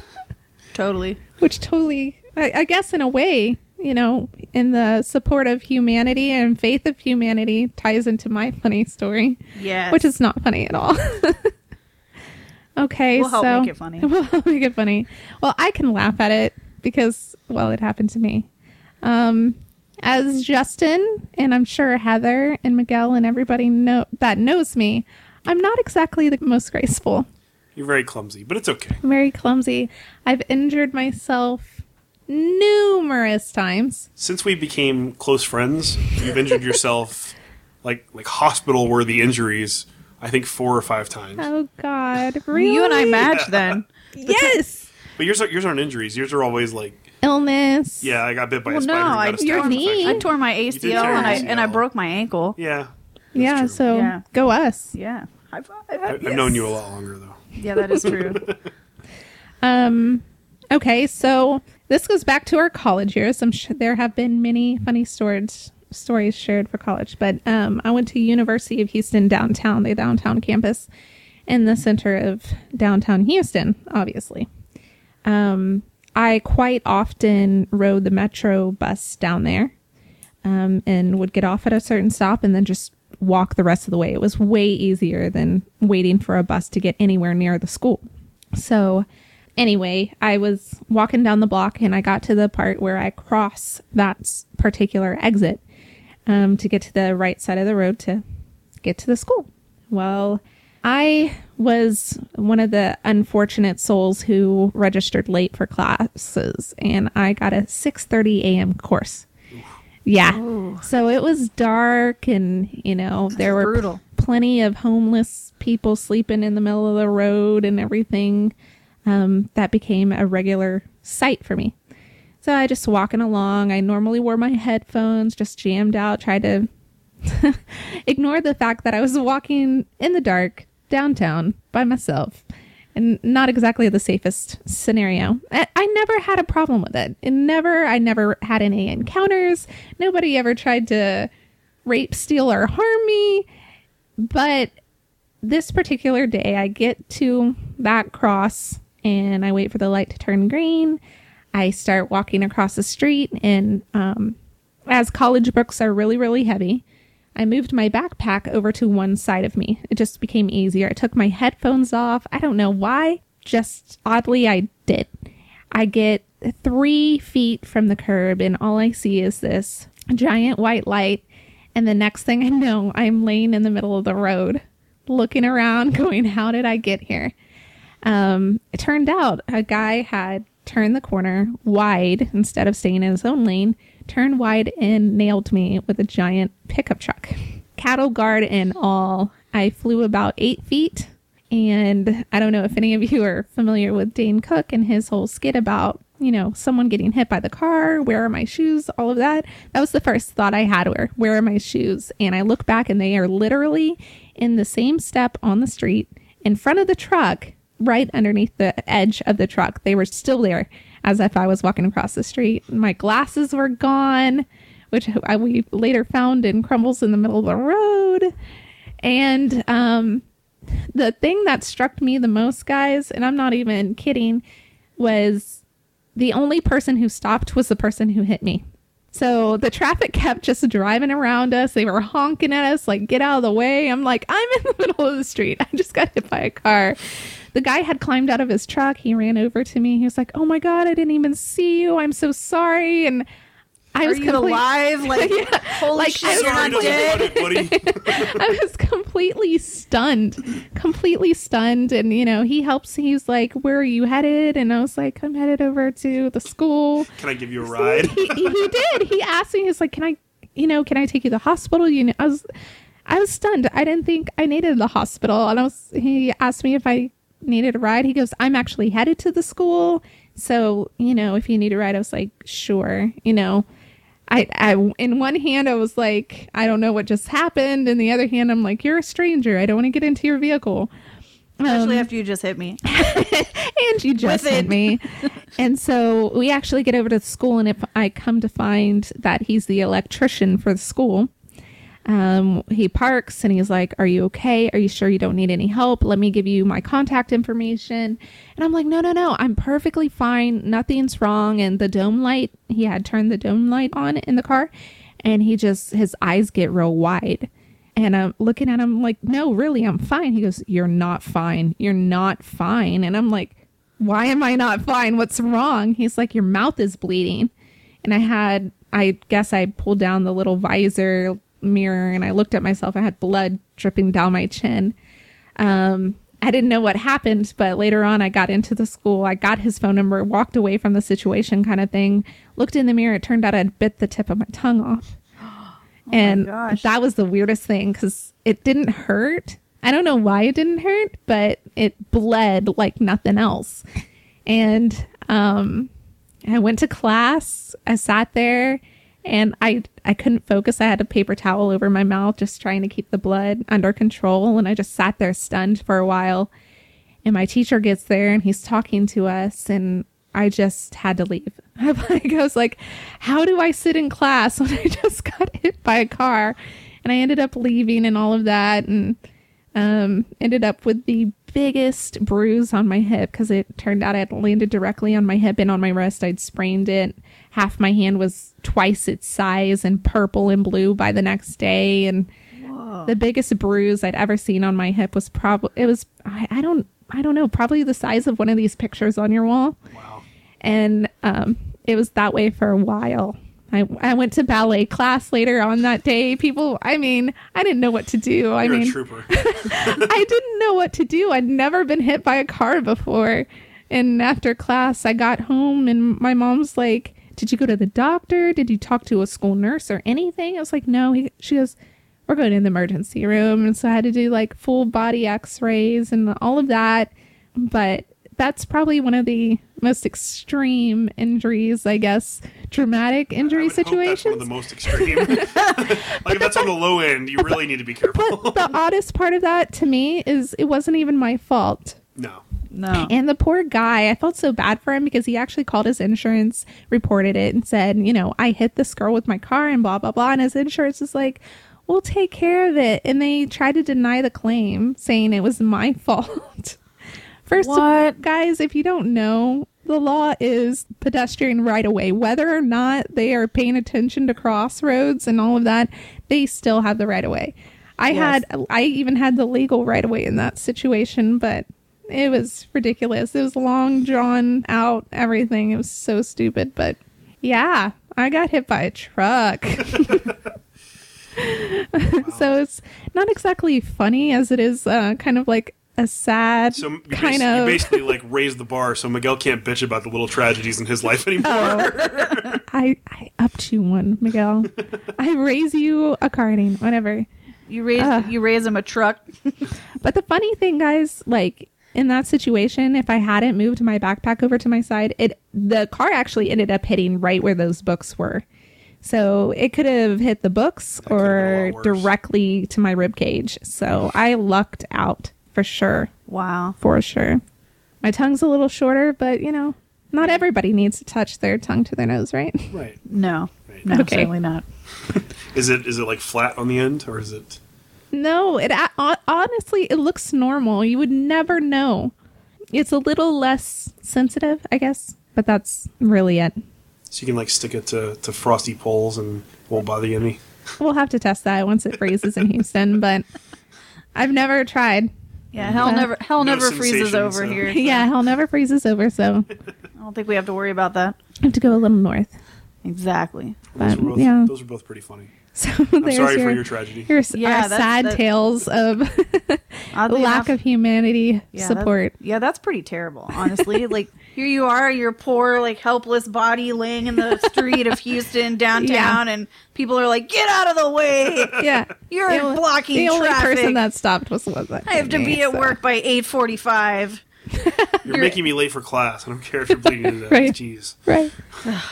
S3: totally.
S1: which totally, I, I guess, in a way, you know, in the support of humanity and faith of humanity ties into my funny story,
S3: Yes.
S1: which is not funny at all. <laughs> okay,
S3: We'll help
S1: so
S3: make it
S1: <laughs>
S3: funny.
S1: We'll help make it funny. Well, I can laugh at it because well, it happened to me. Um, as Justin and I'm sure Heather and Miguel and everybody know that knows me, I'm not exactly the most graceful.
S2: You're very clumsy, but it's okay.
S1: I'm very clumsy. I've injured myself numerous times.
S2: Since we became close friends, you've injured yourself <laughs> like like hospital worthy injuries. I think four or five times.
S1: Oh God, really?
S3: You and
S2: <laughs>
S3: I match then.
S1: Yes,
S2: But yours are, yours aren't injuries. Yours are always like,
S1: illness.
S2: yeah, I got bit by
S3: Well,
S2: a spider.
S3: no,
S2: and
S3: I-
S2: got a
S1: your
S2: staph
S1: knee.
S2: infection.
S3: I tore my
S2: did
S3: ACL
S2: tear your
S3: and I and I
S2: ACL.
S3: broke my ankle.
S2: Yeah,
S1: yeah.
S2: true.
S1: So
S3: Yeah.
S1: go us.
S3: Yeah. High five.
S2: I, I've known you a lot longer though.
S3: Yeah, that
S2: <laughs>
S3: is true.
S1: Um, okay, so this goes back to our college years. I'm sure there have been many funny stories stories shared for college, but um, I went to University of Houston downtown, the downtown campus, in the center of downtown Houston, obviously. Um, I quite often rode the metro bus down there um, and would get off at a certain stop and then just walk the rest of the way. It was way easier than waiting for a bus to get anywhere near the school. So, anyway, I was walking down the block and I got to the part where I cross that s- particular exit um, to get to the right side of the road to get to the school. Well, I was one of the unfortunate souls who registered late for classes, and I got a 6:30 a.m. course. Yeah. So it was dark, and you know there were
S3: brutal.
S1: plenty of homeless people sleeping in the middle of the road and everything. Um, that became a regular sight for me. So I just walking along. I normally wore my headphones, just jammed out, tried to <laughs> ignore the fact that I was walking in the dark downtown by myself and not exactly the safest scenario. I, I never had a problem with it. It never, I never had any encounters. Nobody ever tried to rape, steal, or harm me. But this particular day, I get to that cross and I wait for the light to turn green. I start walking across the street, and um, as college books are really, really heavy, I moved my backpack over to one side of me. It just became easier. I took my headphones off. I don't know why, just oddly, I did. I get three feet from the curb, and all I see is this giant white light. And the next thing I know, I'm laying in the middle of the road, looking around, <laughs> going, How did I get here? Um, it turned out a guy had turned the corner wide instead of staying in his own lane, turned wide and nailed me with a giant pickup truck. <laughs> Cattle guard and all. I flew about eight feet. And I don't know if any of you are familiar with Dane Cook and his whole skit about, you know, someone getting hit by the car, where are my shoes, all of that. That was the first thought I had where, where are my shoes? And I look back and they are literally in the same step on the street in front of the truck right underneath the edge of the truck. They were still there as if I was walking across the street. My glasses were gone, which I, we later found in crumbles in the middle of the road. And um, the thing that struck me the most, guys, and I'm not even kidding, was the only person who stopped was the person who hit me. So the traffic kept just driving around us. They were honking at us, like, get out of the way. I'm like, I'm in the <laughs> middle of the street. I just got hit by a car. The guy had climbed out of his truck. He ran over to me. He was like, oh my God, I didn't even see you. I'm so sorry. And I
S3: Are
S1: was
S3: you
S1: complete-
S3: alive? Like
S2: <laughs>
S3: holy
S1: like,
S3: shit,
S1: I was
S3: you're
S2: Sorry,
S3: not
S2: don't
S3: dead.
S2: <laughs> want it,
S1: <laughs>
S2: buddy.
S1: I was completely stunned, completely stunned. And, you know, he helps. He's like, Where are you headed? And I was like, I'm headed over to the school.
S2: Can I give you a ride?
S1: he, he did. He asked me, He's like, Can I, you know, can I take you to the hospital? You know, I was, I was stunned. I didn't think I needed the hospital. And I was, he asked me if I needed a ride. He goes, I'm actually headed to the school. So, you know, if you need a ride, I was like, Sure, you know. I, I in one hand I was like I don't know what just happened, and the other hand I'm like you're a stranger. I don't want to get into your vehicle.
S3: Especially after you just hit me.
S1: And you just
S3: With
S1: hit
S3: it. <laughs>
S1: me. and so we actually get over to the school, and if I come to find that he's the electrician for the school, Um, he parks and he's like, Are you okay? Are you sure you don't need any help? Let me give you my contact information. And I'm like, No, no, no. I'm perfectly fine. Nothing's wrong. And the dome light, he had turned the dome light on in the car and he just, his eyes get real wide. And I'm looking at him like, No, really, I'm fine. He goes, You're not fine. You're not fine. And I'm like, Why am I not fine? What's wrong? He's like, Your mouth is bleeding. And I had, I guess I pulled down the little visor mirror and I looked at myself. I had blood dripping down my chin. Um, I didn't know what happened, but later on, I got into the school. I got his phone number, walked away from the situation, kind of thing. Looked in the mirror. It turned out I'd bit the tip of my tongue off and
S3: gosh.
S1: that was the weirdest thing because it didn't hurt. I don't know why it didn't hurt, but it bled like nothing else. And um, I went to class. I sat there, and I I couldn't focus. I had a paper towel over my mouth, just trying to keep the blood under control. And I just sat there stunned for a while. And my teacher gets there and he's talking to us and I just had to leave. <laughs> I'm like, I was like, how do I sit in class when I <laughs> just got hit by a car? And I ended up leaving and all of that and um, ended up with the biggest bruise on my hip because it turned out it landed directly on my hip and on my wrist. I'd sprained it. Half my hand was twice its size and purple and blue by the next day. And the biggest bruise I'd ever seen on my hip was probably it was I, I don't I don't know probably the size of one of these pictures on your wall.
S2: Wow.
S1: And um, it was that way for a while. I, I went to ballet class later on that day. People, I mean, I didn't know what to do. I
S2: You're
S1: mean,
S2: a trooper.
S1: I didn't know what to do. I'd never been hit by a car before. And after class, I got home and my mom's like, Did you go to the doctor? Did you talk to a school nurse or anything? I was like, No. He, she goes, We're going in the emergency room. And so I had to do like full body x rays and all of that. But that's probably one of the most extreme injuries, I guess, dramatic <laughs> injury
S2: I would hope that's one
S1: situations.
S2: of the <laughs> most extreme. like if that's on the low end, you really need to be careful.
S1: but the oddest part of that to me is it wasn't even my fault.
S2: <laughs> no.
S3: No.
S1: And the poor guy, I felt so bad for him because he actually called his insurance, reported it, and said, you know, I hit this girl with my car and blah, blah, blah. And his insurance is like, we'll take care of it. And they tried to deny the claim, saying it was my <laughs> fault. First of all,
S3: What?
S1: guys, if you don't know, the law is pedestrian right away. Whether or not they are paying attention to crossroads and all of that, they still have the right of way. I
S3: Yes.
S1: had I even had the legal right away in that situation, but it was ridiculous. It was long drawn out everything. It was so stupid, but yeah, I got hit by a truck. <laughs> so it's not exactly funny as it is uh, kind of like a sad
S2: So you, bas-
S1: kind
S2: you
S1: of
S2: basically like raise the bar so Miguel can't bitch about the little tragedies in
S1: <laughs>
S2: his life anymore.
S1: I I upped you one,
S2: <laughs>
S1: Miguel. I raise you a carding, whatever.
S3: You raise
S2: Uh.
S3: you raise him a truck.
S1: But the funny thing, guys, like in that situation, if I hadn't moved my backpack over to my side, it the car actually ended up hitting right where those books were. So it could have hit the books
S2: could've been a
S1: or
S2: lot worse.
S1: directly to my rib cage. So I lucked out for sure,
S3: Wow.
S1: for sure. My tongue's a little shorter, but you know, not everybody needs to touch their tongue to their nose, right? <laughs>
S2: Right.
S3: No. No,
S1: Okay.
S3: certainly not.
S2: Is it is it like flat on the end or is it
S1: No, it a- hon- honestly it looks normal. You would never know. It's a little less sensitive, I guess, but that's really it.
S2: so you can like stick it to, to frosty poles and won't bother you any?
S1: We'll have to test that once it freezes in Houston, but I've never tried.
S3: Yeah, hell never hell
S2: No
S3: never freezes
S2: sensation,
S3: over
S2: so- <laughs>
S3: here. so
S1: Yeah, hell never freezes over, so
S3: I don't think we have to worry about that.
S1: I have to go a little north. <laughs>
S3: Exactly.
S2: Those
S1: But
S2: were both,
S1: yeah,
S2: those were both pretty funny.
S1: so
S2: I'm
S1: there's
S2: sorry
S1: your,
S2: for
S1: <laughs>
S2: your tragedy.
S1: your s-
S3: Yeah,
S1: our
S3: that's-
S1: sad
S3: that-
S1: tales of <laughs>
S3: Oddly
S1: lack
S3: enough-
S1: of humanity
S3: Yeah, that's- <laughs>
S1: support.
S3: yeah, that's pretty terrible,
S1: <laughs>
S3: honestly. like here you are, your poor, like helpless body laying
S1: <laughs>
S3: in the street of Houston downtown, and people are like, "Get out of
S1: <laughs>
S3: the way!
S1: Yeah,
S3: You're
S1: The only-
S3: blocking
S1: the only
S3: traffic.
S1: person that stopped was was
S3: I have to be at work by eight forty-five.
S2: You're making me late for class. I don't care if you're bleeding to
S1: <laughs>
S2: death.
S1: Right.
S2: Jeez.
S1: <sighs> Right.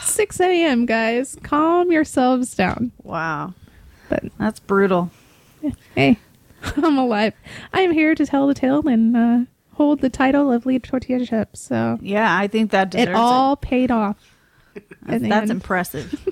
S1: 6 a.m., guys. Calm yourselves down.
S3: Wow,
S1: But
S3: that's brutal.
S1: hey, <laughs> I'm alive. I'm here to tell the tale and uh, hold the title of lead tortilla chip. So
S3: Yeah, I think that deserves
S1: it
S3: it.
S1: all paid off. in the end. <laughs>
S3: that's impressive.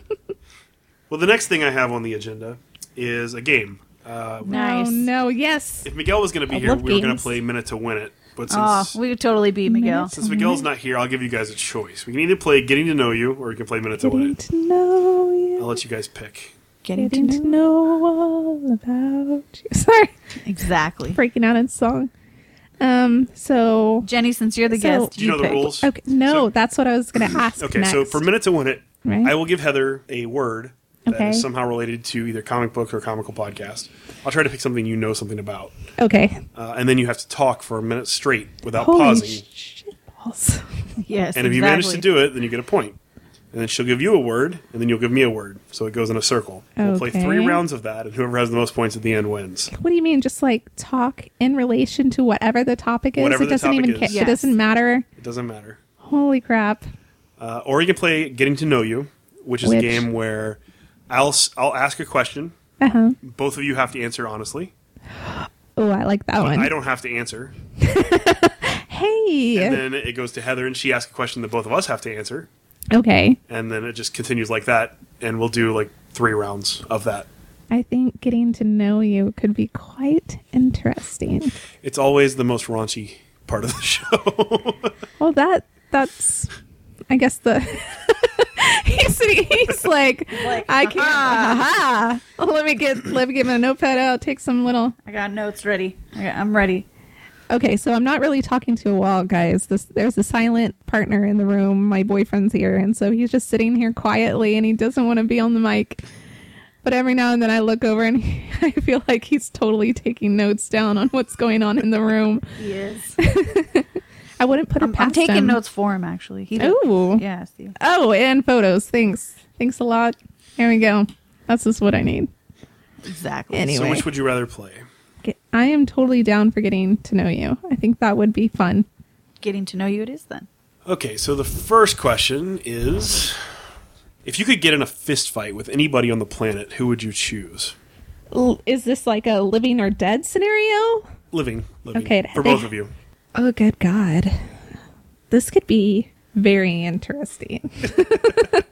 S2: Well, the next thing I have on the agenda is a game. Uh,
S3: Nice.
S1: Oh no! Yes.
S2: if Miguel was going to be
S1: I
S2: here,
S1: love
S2: we were going to
S1: games.
S2: play Minute to Win It. But
S3: Oh,
S2: since,
S3: we would totally beat Miguel.
S2: since Miguel's not here, I'll give you guys a choice. We can either play Getting to Know You or we can play Minute to
S1: <laughs> Getting
S2: Win It.
S1: to know you.
S2: I'll let you guys pick.
S3: Getting
S1: Getting to know all about you. <laughs> Sorry,
S3: <laughs> exactly.
S1: breaking out in song. Um. So.
S3: Jenny, since you're the
S1: so-
S3: guest,
S2: Do you know the
S3: pick.
S2: rules?
S1: Okay. No,
S2: So-
S1: that's what I was
S2: <clears throat>
S1: going to ask.
S2: Okay, so
S1: next.
S2: for Minute to Win It,
S1: Right.
S2: I will give Heather a word that is
S1: Okay.
S2: somehow related to either comic book or comical podcast. I'll try to pick something you know something about.
S1: okay.
S2: Uh, and then you have to talk for a minute straight without
S1: Holy
S2: pausing.
S1: shit balls.
S3: Yes.
S2: and if you manage to do it, then you get a point. And then she'll give you a word, and then you'll give me a word. So it goes in a circle. We'll play
S1: Okay.
S2: three rounds of that, and whoever has the most points at the end wins.
S1: What do you mean? Just like talk in relation to whatever the topic is.
S2: Whatever
S1: it
S2: the
S1: doesn't
S2: topic
S1: even care.
S2: is.
S3: Yes.
S1: It doesn't matter.
S2: It doesn't matter.
S1: Holy crap!
S2: Uh, or you can play Getting to Know You, which is a
S1: Which?
S2: game where I'll, s- I'll ask a question.
S1: Uh huh.
S2: Both of you have to answer honestly.
S1: Oh, I like that
S2: But
S1: one.
S2: I don't have to answer.
S1: hey.
S2: And then it goes to Heather, and she asks a question that both of us have to answer.
S1: okay.
S2: And then it just continues like that, and we'll do like three rounds of that.
S1: I think getting to know you could be quite interesting.
S2: It's always the most raunchy part of the <laughs> show.
S1: Well, that that's, I guess the. <laughs> he's, he's like, I can't. Ha ha. Let me get let me get my notepad out. Take some little.
S3: I got notes ready. I got, I'm ready.
S1: Okay, so I'm not really talking to a wall, guys. This there's a silent partner in the room. My boyfriend's here, and so he's just sitting here quietly, and he doesn't want to be on the mic. But every now and then I look over and <laughs> I feel like he's totally taking notes down on what's going on in the room.
S3: He
S1: <laughs>
S3: is.
S1: I wouldn't put it
S3: I'm, I'm
S1: past
S3: taking
S1: him.
S3: notes for him, actually. He did-
S1: Oh,
S3: Yeah, Steve.
S1: Oh, and photos. Thanks. Thanks a lot. Here we go. That's just what I need.
S3: Exactly.
S1: Anyway,
S2: So, which would you rather play?
S1: Get- I am totally down for getting to know you. I think that would be fun.
S3: Getting to know you it is then.
S2: Okay, so the first question is if you could get in a fist fight with anybody on the planet, who would you choose?
S1: L- Is this like a living or dead scenario?
S2: Living, living.
S1: Okay,
S2: for
S1: they-
S2: both of you.
S1: Oh, good God. This could be very interesting.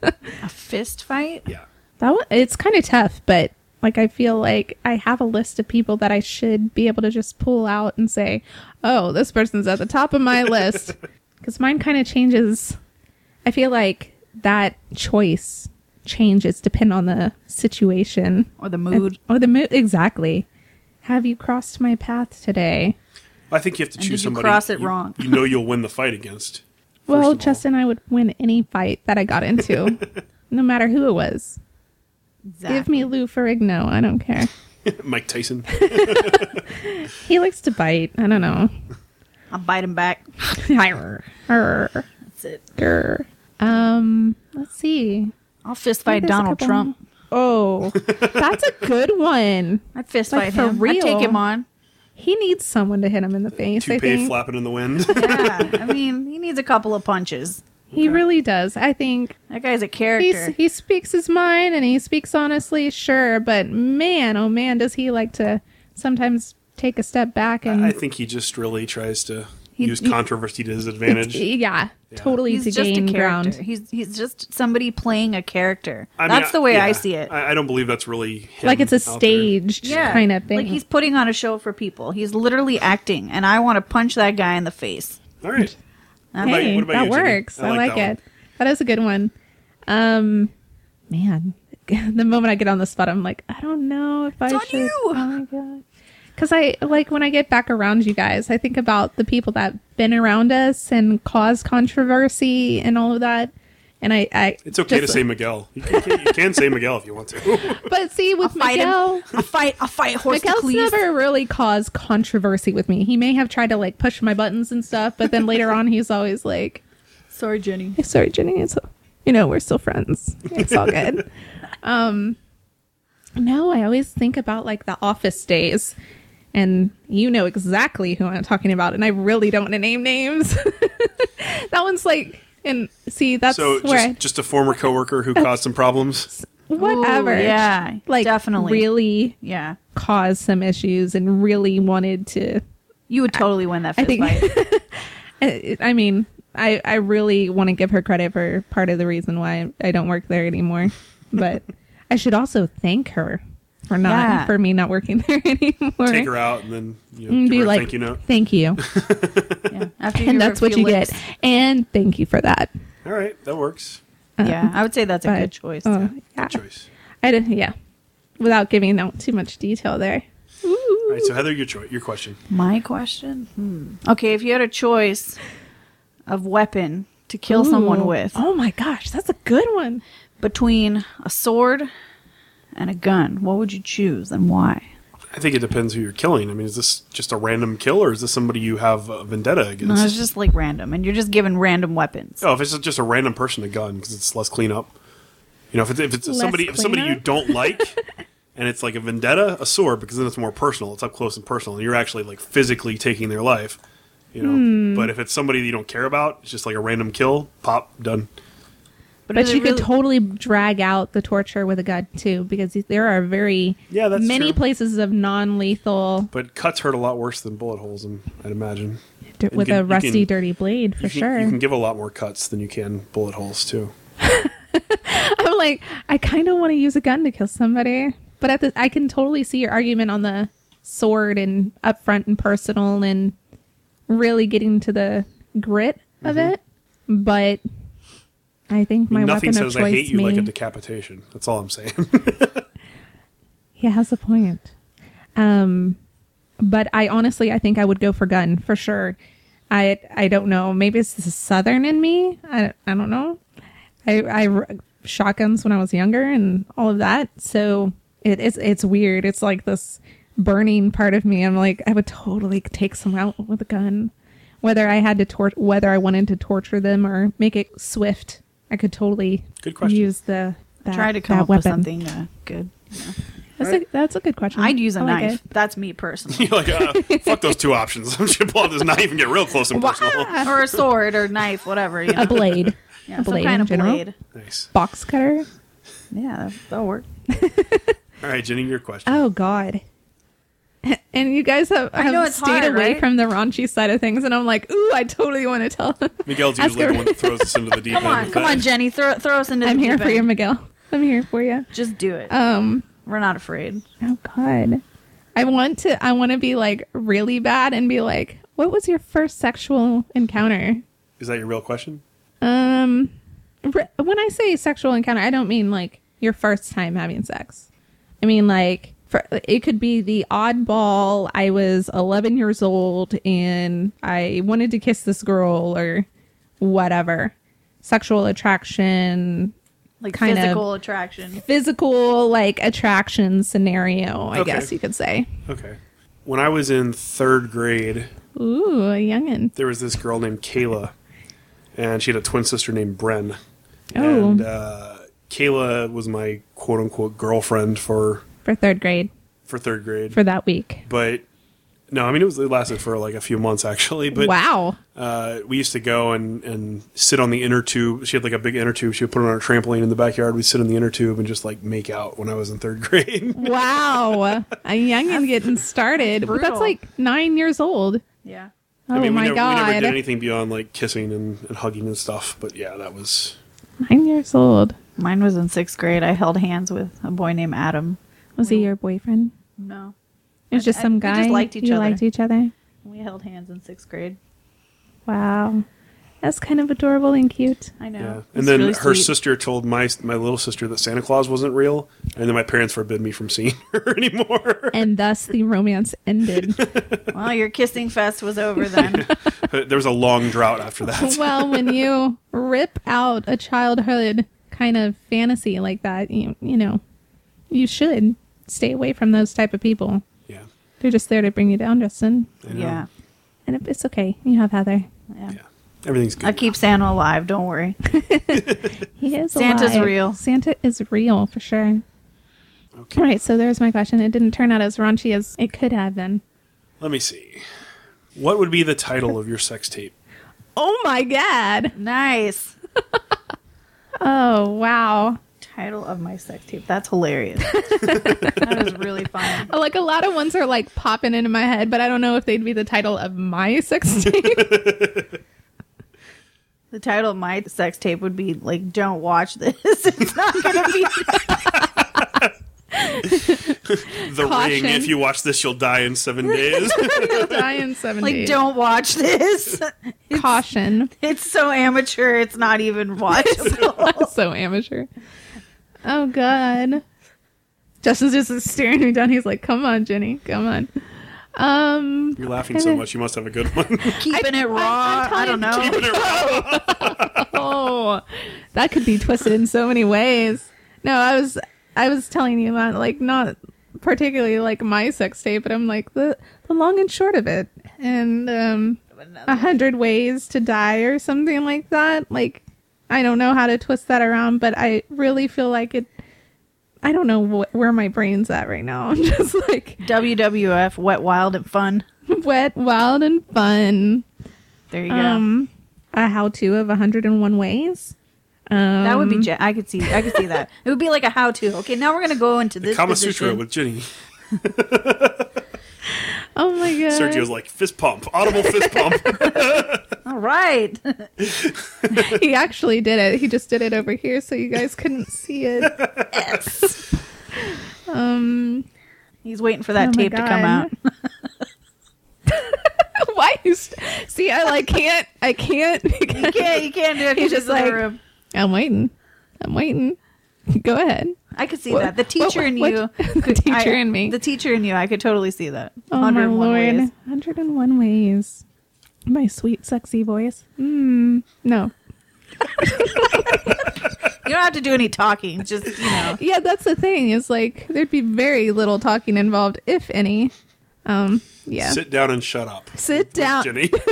S3: A fist fight?
S2: Yeah.
S1: That one, it's kind of tough, but like I feel like I have a list of people that I should be able to just pull out and say, "Oh, this person's at the top of my list," because mine kind of changes. I feel like that choice changes depend on the situation
S3: Or the mood?
S1: or the mood. Exactly. Have you crossed my path today?
S2: I think you have to
S3: And
S2: choose
S3: did you
S2: somebody
S3: cross it
S2: you-
S3: wrong?
S2: you know you'll win the fight against. <laughs>
S1: well,
S2: of all-
S1: Justin, I would win any fight that I got into, no matter who it was.
S3: Exactly.
S1: Give me Lou Ferrigno. I don't care. <laughs>
S2: Mike Tyson.
S1: He likes to bite. I don't know.
S3: I'll bite him back.
S1: Arr, arr,
S3: That's it.
S1: grr. Um, let's see.
S3: I'll fist fight
S1: There's a
S3: Donald
S1: couple-
S3: Trump.
S1: Oh, that's a good one.
S3: I'd fist
S1: Like,
S3: fight
S1: for
S3: him. I'd take
S1: real?
S3: him on.
S1: He needs someone to hit him in the face. I
S2: Toupee
S1: think
S2: flapping in
S1: <laughs>
S2: the wind.
S3: Yeah. I mean, he needs a couple of punches.
S1: he really does. I think
S3: That guy's
S1: <laughs>
S3: a
S1: he's,
S3: character.
S1: he speaks his mind and he speaks honestly, sure. But man, oh man, does he like to sometimes take a step back and
S2: I think he just really tries to
S3: He-
S2: use
S3: he-
S2: controversy to his advantage.
S1: e, yeah, totally
S3: He's
S1: to
S3: just a
S1: gain
S3: character.
S1: ground.
S3: He's he's just somebody playing a character.
S2: I mean,
S3: That's the way I
S2: yeah,
S3: see it.
S2: I, I don't believe that's really him
S1: Like it's a
S2: out there.
S1: staged kind of thing.
S3: Like he's putting on a show for people. He's literally acting, and I want to punch that guy in the face.
S2: All right.
S3: That's
S2: about-
S1: Hey,
S2: what about
S1: that
S2: you, Jenny?
S1: works. I, like,
S2: that
S1: it. That is a good one. Um, man, <laughs> the moment I get on the spot, I'm like, I don't know if I
S3: on
S1: should.
S3: you!
S1: Oh my god. Because I like when I get back around you guys, I think about the people that've been around us and caused controversy and all of that. And I, I
S2: It's okay
S1: just-
S2: to say Miguel. You can, you can say Miguel if
S1: <laughs>
S2: you want to. <laughs>
S1: But see, with
S3: I'll fight him.
S1: Miguel,
S3: I'll fight. I'll fight horse to
S1: Miguel's
S3: please.
S1: never really caused controversy with me. He may have tried to like push my buttons and stuff, but then later on, he's always like,
S3: Sorry, Jenny.
S1: "Hey, sorry, Jenny. It's, you know, we're still friends. It's all good. um, no, I always think about like the office days, and you know exactly who I'm talking about, and I really don't want to name names. <laughs> that one's like, and see, that's
S2: so
S1: where
S2: just, just a former coworker who caused some problems.
S1: I, whatever,
S3: Ooh, yeah,
S1: like
S3: definitely.
S1: really
S3: Yeah,
S1: caused some issues and really wanted to
S3: you would totally win that
S1: I <laughs>
S3: fist fight.
S1: Eh, I, I mean, I, I really want to give her credit for part of the reason why I don't work there anymore. But I should also thank her for not
S3: Yeah.
S1: for me not working <laughs> there anymore.
S2: Take her out and then you know,
S1: And
S2: give
S1: Mm, be
S2: her a
S1: like,
S2: thank you note.
S1: thank
S3: <laughs>
S1: you,
S3: Yeah. After you
S1: and
S3: give her
S1: that's what
S3: a few
S1: you
S3: licks.
S1: get, and thank you for that.
S2: All right, that works.
S3: Yeah, I would say that's a
S1: Uh-huh. But,
S3: good choice.
S1: oh, yeah.
S2: Choice.
S1: I didn't. Yeah, without giving out too much detail there.
S2: All right, so Heather, your choice, your question.
S3: My question? Hmm. Okay, if you had a choice of weapon to kill
S1: Ooh.
S3: someone with
S1: Oh my gosh, that's a good one.
S3: between a sword and a gun, what would you choose and why?
S2: I think it depends who you're killing. I mean, is this just a random kill, or is this somebody you have a vendetta
S3: No,
S2: against?
S3: it's just like random, and you're just given random weapons.
S2: Oh, if it's just a random person, a gun, because it's less cleanup. You know, if it's, if it's
S1: Less
S2: somebody if somebody you
S1: cleanup? <laughs>
S2: don't like, and it's like a vendetta, a sword, because then it's more personal. It's up close and personal, and you're actually like physically taking their life. You know,
S1: Hmm.
S2: but if it's somebody that you don't care about, it's just like a random kill, pop, done.
S1: But
S3: is
S1: you
S3: it really-
S1: could totally drag out the torture with a gun too, because there are very
S2: Yeah, that's
S1: many
S2: true.
S1: places of non-lethal
S2: But cuts hurt a lot worse than bullet holes, in- I'd imagine.
S1: d- with a
S2: can- you
S1: rusty,
S2: can-
S1: dirty blade for
S2: you can,
S1: sure.
S2: You can give a lot more cuts than you can bullet holes too.
S1: <laughs> I'm like, I kind of want to use a gun to kill somebody, but at the, I can totally see your argument on the sword and upfront and personal and really getting to the grit of it. But I think my
S2: Nothing
S1: weapon of
S2: says
S1: choice
S2: Mm-hmm. I hate you
S1: me.
S2: like a decapitation. That's all I'm saying.
S1: he has a point. Um, but I honestly, I think I would go for gun for sure. I I don't know. Maybe it's the southern in me. I I don't know. I I r- shotguns when I was younger and all of that. So it is it's weird. It's like this burning part of me. I'm like I would totally take someone out with a gun, whether I had to tor- whether I wanted to torture them or make it swift. I could totally
S2: Good question.
S1: use the that,
S3: Try to come
S1: that
S3: up with
S1: weapon.
S3: something uh, good.
S1: That's a that's a good question.
S3: I'd use a
S1: Mm. I like
S3: knife.
S1: it.
S3: That's me personally.
S2: <laughs> You're like, uh, fuck those two options. <laughs> I'm just gonna pull out this knife and get real close and personal.
S3: <laughs> or a sword or knife, whatever. You know?
S1: a blade. <laughs>
S3: Yeah,
S1: a
S3: some
S1: blade
S3: kind
S1: in
S3: of
S1: general.
S3: blade.
S2: Nice.
S1: Box cutter.
S3: Yeah, that- that'll work.
S2: All right, Jenny, your question.
S1: Oh God. <laughs> And you guys have, have
S3: know it's
S1: stayed
S3: hard,
S1: away
S3: right?
S1: from the raunchy side of things, and I'm like, ooh, I totally want to tell.
S2: Miguel's
S1: ask
S2: usually the
S1: her.
S2: one that throws
S1: <laughs>
S2: us into the deep
S3: Come
S2: end.
S3: on,
S2: with
S3: come
S2: that.
S3: on, Jenny. Throw, throw us into
S1: I'm
S3: the
S1: here
S3: deep
S1: for you,
S3: end.
S1: Miguel. I'm here for you.
S3: Just do it.
S1: Um.
S3: We're not afraid.
S1: Oh God. I want to. I want to be like really bad and be like, what was your first sexual encounter?
S2: Is that your real question?
S1: Um, re- when I say sexual encounter, I don't mean like your first time having sex. I mean like for, it could be the oddball. I was 11 years old and I wanted to kiss this girl or whatever. Sexual attraction,
S3: Like
S1: Kind of.
S3: physical attraction.
S1: physical like attraction scenario. I
S2: Okay.
S1: guess you could say.
S2: Okay. When I was in third grade,
S1: Ooh, a youngin.
S2: there was this girl named Kayla, and she had a twin sister named Bren.
S1: Oh.
S2: And uh, Kayla was my quote unquote girlfriend for
S1: for third grade
S2: for third grade.
S1: for that week.
S2: but no, I mean it was it lasted for like a few months actually. But
S1: wow.
S2: uh, we used to go and, and sit on the inner tube. She had like a big inner tube. She would put it on her trampoline in the backyard. We'd sit in the inner tube and just like make out when I was in third <laughs> grade.
S1: Wow. a youngin getting started. But
S3: brutal.
S1: that's like nine years old.
S3: Yeah.
S1: Oh
S2: I mean,
S1: my
S2: we, never, we never
S1: god.
S2: did anything beyond like kissing and, and hugging and stuff. But yeah, that was.
S1: Nine years old.
S3: Mine was in sixth grade. I held hands with a boy named Adam.
S1: Was he your boyfriend?
S3: No.
S1: It was
S3: I-
S1: just
S3: I-
S1: some
S3: we
S1: guy.
S3: just liked each
S1: you
S3: other.
S1: liked each other.
S3: We held hands in sixth grade.
S1: Wow. That's kind of adorable and cute.
S3: I know.
S2: Yeah.
S3: It was
S2: And then
S3: really
S2: her
S3: sweet.
S2: sister told my my little sister that Santa Claus wasn't real, and then my parents forbid me from seeing <laughs> her anymore. <laughs>
S1: And thus the romance ended.
S3: Well, your kissing fest was
S2: <laughs>
S3: over then.
S2: there was a long drought after that.
S1: <laughs> well, when you rip out a childhood kind of fantasy like that, you, you know, you should stay away from those type of people.
S2: <laughs> yeah.
S1: They're just there to bring you down, Justin.
S2: I know.
S3: yeah.
S1: And it- it's okay. You have Heather.
S3: Yeah.
S2: Yeah. Everything's good.
S3: I keep Santa alive. Don't worry. <laughs>
S1: He is
S3: Santa's
S1: alive.
S3: real.
S1: Santa is real for sure.
S2: Okay.
S1: All right, so there's my question. It didn't turn out as raunchy as it could have been.
S2: Let me see. What would be the title of your sex tape?
S1: Oh my god.
S3: Nice.
S1: Oh wow.
S3: Title of my sex tape. That's hilarious. <laughs> that is really fun.
S1: Like a lot of ones are like popping into my head, but I don't know if they'd be the title of my <laughs> sex tape.
S3: The title of my <laughs> sex tape would be like, "Don't watch this. It's not gonna be."
S2: The
S1: Caution.
S2: ring. If you watch this, you'll die
S1: <laughs>
S2: in seven days.
S1: Die in 70.
S3: Like, don't watch this. <laughs>
S1: Caution.
S3: It's so amateur. It's
S1: <laughs>
S3: not even watchable.
S1: so amateur. Oh God. Justin's just staring me down. He's like, "Come on, Jenny, come on." Um,
S2: You're laughing so much. You must have a good
S1: <laughs>
S2: one.
S3: Keeping it raw.
S1: I'm
S3: I don't
S1: telling-
S3: know.
S1: oh, <laughs> that could be twisted in so many ways. No, I was, I was telling you that, like, not particularly like my sex tape, but I'm like the the long and short of it, and um, a hundred ways to die or something like that. Like, I don't know how to twist that around, but I really feel like it. I don't know wh- where my brain's at right now. <laughs> I'm just like
S3: WWF, wet, wild, and fun.
S1: wet, wild, and fun.
S3: There you go.
S1: Um, a how-to of 101 ways. Um,
S3: that would be. Je- I could see. I could see that. It would be like a how-to. Okay, now we're gonna go into
S2: The
S3: this.
S2: Kama
S3: position.
S2: Sutra with Ginny.
S1: Oh my god.
S2: Sergio's like fist pump, audible fist pump.
S3: All right. <laughs>
S1: he actually did it. He just did it over here so you guys couldn't see it.
S3: yes.
S1: Um,
S3: He's waiting for that
S1: Oh my
S3: tape to come
S1: <laughs>
S3: out.
S1: God. <laughs> why you st- see? I like can't. I can't.
S3: You can't. You can't do it. 'cause
S1: He's just
S3: in the
S1: like-
S3: room.
S1: I'm waiting. I'm waiting. Go ahead.
S3: I could see
S1: What-
S3: that. The teacher
S1: what-
S3: in
S1: what-
S3: you.
S1: <laughs> the teacher
S3: I-
S1: in me.
S3: The teacher in you. I could totally see that.
S1: Oh my
S3: 101
S1: lord.
S3: ways.
S1: 101 ways. My sweet, sexy voice. Mm, no.
S3: You don't have to do any talking. Just you know.
S1: Yeah, that's the thing. Is like there'd be very little talking involved, if any. Um, <laughs> yeah. Uh.
S2: Sit down and shut up,
S1: Sit down.
S2: Ginny. <laughs>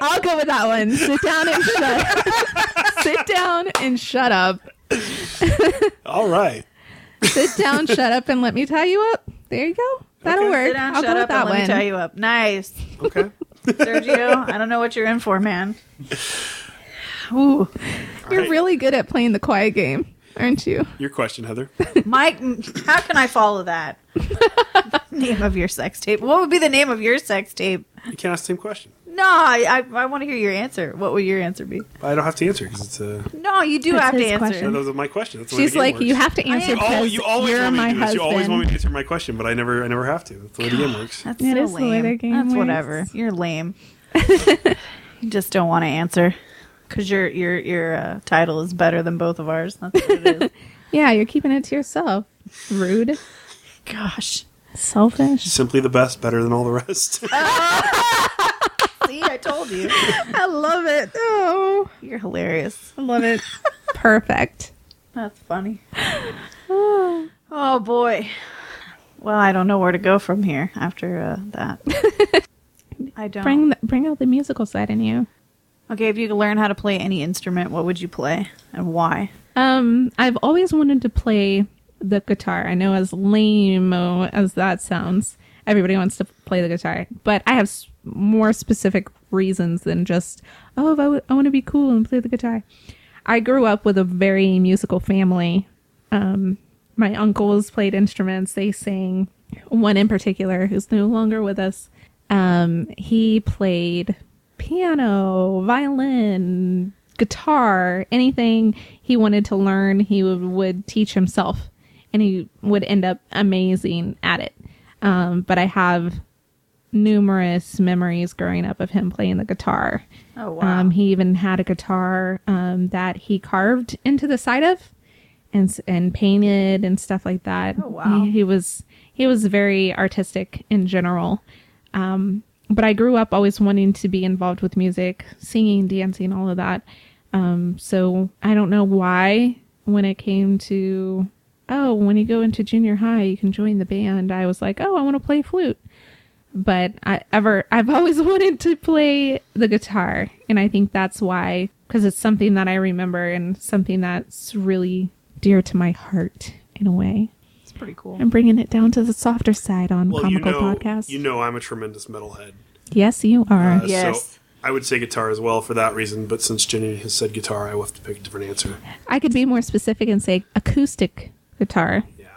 S1: I'll go with that one. Sit down and shut. <laughs> Sit down and shut up.
S2: All right.
S1: Sit down, shut up, and let me tie you up. There you go. That'll <laughs>
S2: Okay.
S1: work.
S3: Sit down,
S1: I'll
S3: shut
S1: go with
S3: up,
S1: that
S3: and let me tie
S1: one.
S3: you up. Nice,
S2: Okay.
S3: Sergio. I don't know what you're in for, man. Ooh,
S1: You. are
S2: Right.
S1: really good at playing the quiet game, aren't you?
S2: Your question, Heather.
S3: Mike, how can I follow that? <laughs> name of your sex tape. What would be the name of your sex tape?
S2: You can't ask the same question.
S3: No, I, I, I want to hear your answer. What would your answer be?
S2: I don't have to answer because it's a.
S3: No, you do
S1: That's
S3: have to
S1: his
S3: answer.
S1: question.
S2: That was my question. That's the way
S1: She's
S2: the game
S1: like, you
S2: works.
S1: have to answer
S3: am-
S2: Oh,
S1: because
S2: you always
S1: you're
S2: want me
S1: my
S2: to do this.
S1: husband.
S2: You always want me to answer my question, but I never, I never have to. That's the way the game
S1: <laughs>
S2: works.
S3: That's
S1: It
S3: so
S1: is the way
S3: lame.
S1: the game
S3: That's
S1: works.
S3: whatever.
S1: <laughs>
S3: You're lame. you just don't want to answer because your your your uh, title is better than both of ours. That's what
S1: <laughs>
S3: it is.
S1: yeah, you're keeping it to yourself. Rude,
S3: Gosh.
S1: selfish.
S2: Simply the best, better than all the
S1: <laughs>
S2: rest.
S3: See, I told <laughs> you.
S1: I love it. Oh,
S3: You're hilarious.
S1: I love
S3: <laughs>
S1: it. Perfect.
S3: That's funny. oh boy. Well, I don't know where to go from here after uh, that. <laughs> I don't.
S1: Bring the, bring out the musical side in you.
S3: okay, if you could learn how to play any instrument, what would you play and why?
S1: Um, I've always wanted to play the guitar. I know as lame oh, as that sounds, everybody wants to play the guitar, but I have s- more specific reasons than just oh, if I want to be cool and play the guitar. I grew up with a very musical family. Um, my uncles played instruments. They sang. One in particular, who's no longer with us, um, he played piano, violin, guitar, anything he wanted to learn, he would, would teach himself, and he would end up amazing at it. Um, but I have numerous memories growing up of him playing the guitar.
S3: Oh, wow.
S1: Um, he even had a guitar um, that he carved into the side of, and s- and painted and stuff like that.
S3: Oh, wow.
S1: He, he was he was very artistic in general. Um, but I grew up always wanting to be involved with music, singing, dancing, all of that. Um, so I don't know why when it came to oh, when you go into junior high, you can join the band. I was like, oh, I want to play flute but I ever I've always <laughs> wanted to play the guitar, and I think that's why because it's something that I remember and something that's really dear to my heart in a way.
S3: It's pretty cool.
S1: I'm bringing it down to the softer side on
S2: well, you
S1: comical
S2: know,
S1: podcast.
S2: you know, I'm a tremendous metalhead.
S1: yes, you are.
S2: Uh,
S3: Yes.
S2: So I would say guitar as well for that reason, but since Ginny has said guitar, I will have to pick a
S1: <laughs>
S2: different answer.
S1: I could be more specific and say acoustic guitar.
S2: Yeah.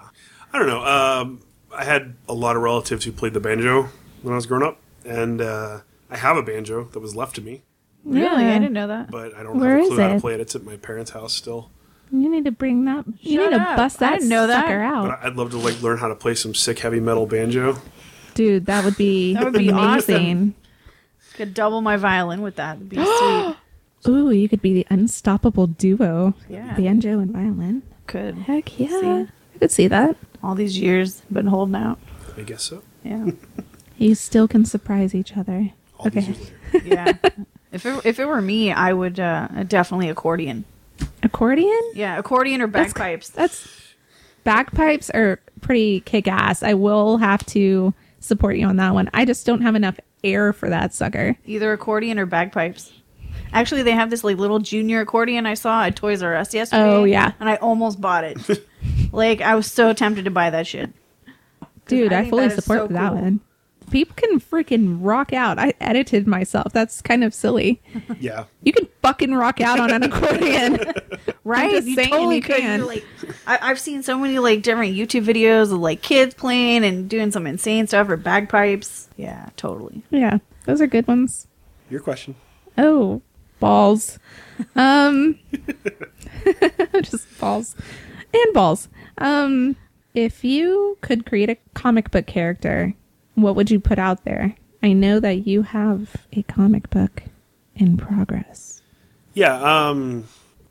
S2: I don't know. Um, I had a lot of relatives who played the banjo when I was growing up, and uh, I have a banjo that was left to me,
S3: Really? I
S1: Yeah.
S3: didn't know that.
S2: but I don't
S1: Where
S2: have a
S1: is
S2: clue how to
S1: it?
S2: play it. It's at my parents' house still.
S1: You need to bring that. you
S3: Shut
S1: need to
S3: up.
S1: bust
S3: I
S1: that
S3: didn't know that.
S1: sucker
S2: But
S1: out,
S2: I- I'd love to like learn how to play some sick heavy metal banjo.
S1: dude. That would be
S3: <laughs> That would be
S1: amazing.
S3: Could double my violin with that. It'd be <gasps> sweet.
S1: Ooh, you could be the unstoppable duo.
S3: Yeah.
S1: banjo and violin.
S3: Could.
S1: Heck yeah,
S3: See?
S1: I could see that.
S3: All these years been holding out.
S2: I guess so.
S3: <laughs> Yeah.
S1: You still can surprise each other.
S2: All
S1: okay,
S2: these years later.
S3: Yeah. if it, if it were me, I would uh, definitely accordion.
S1: accordion.
S3: Yeah, accordion or
S1: That's-
S3: bagpipes.
S1: That's bagpipes are pretty kick ass. I will have to support you on that one. I just don't have enough air for that sucker.
S3: Either accordion or bagpipes. Actually, they have this like little junior accordion I saw at Toys R Us yesterday.
S1: Oh, yeah.
S3: and I almost bought <laughs> it. like I was so tempted to buy that shit.
S1: Dude,
S3: I
S1: I,
S3: think
S1: fully
S3: that is
S1: support
S3: so
S1: that
S3: cool.
S1: one. People can freaking rock out. I edited myself. That's kind of silly.
S2: Yeah.
S1: You can fucking rock out <laughs> on an accordion.
S3: Right?
S1: just
S3: you
S1: saying
S3: totally
S1: you
S3: could.
S1: can.
S3: You're like, I, I've seen so many like different YouTube videos of like kids playing and doing some insane stuff or bagpipes. Yeah, totally.
S1: yeah, those are good ones.
S2: Your question.
S1: Oh, balls. Um, <laughs> just balls and balls. Um, if you could create a comic book character, what would you put out there? I know that you have a comic book in progress.
S2: Yeah, um,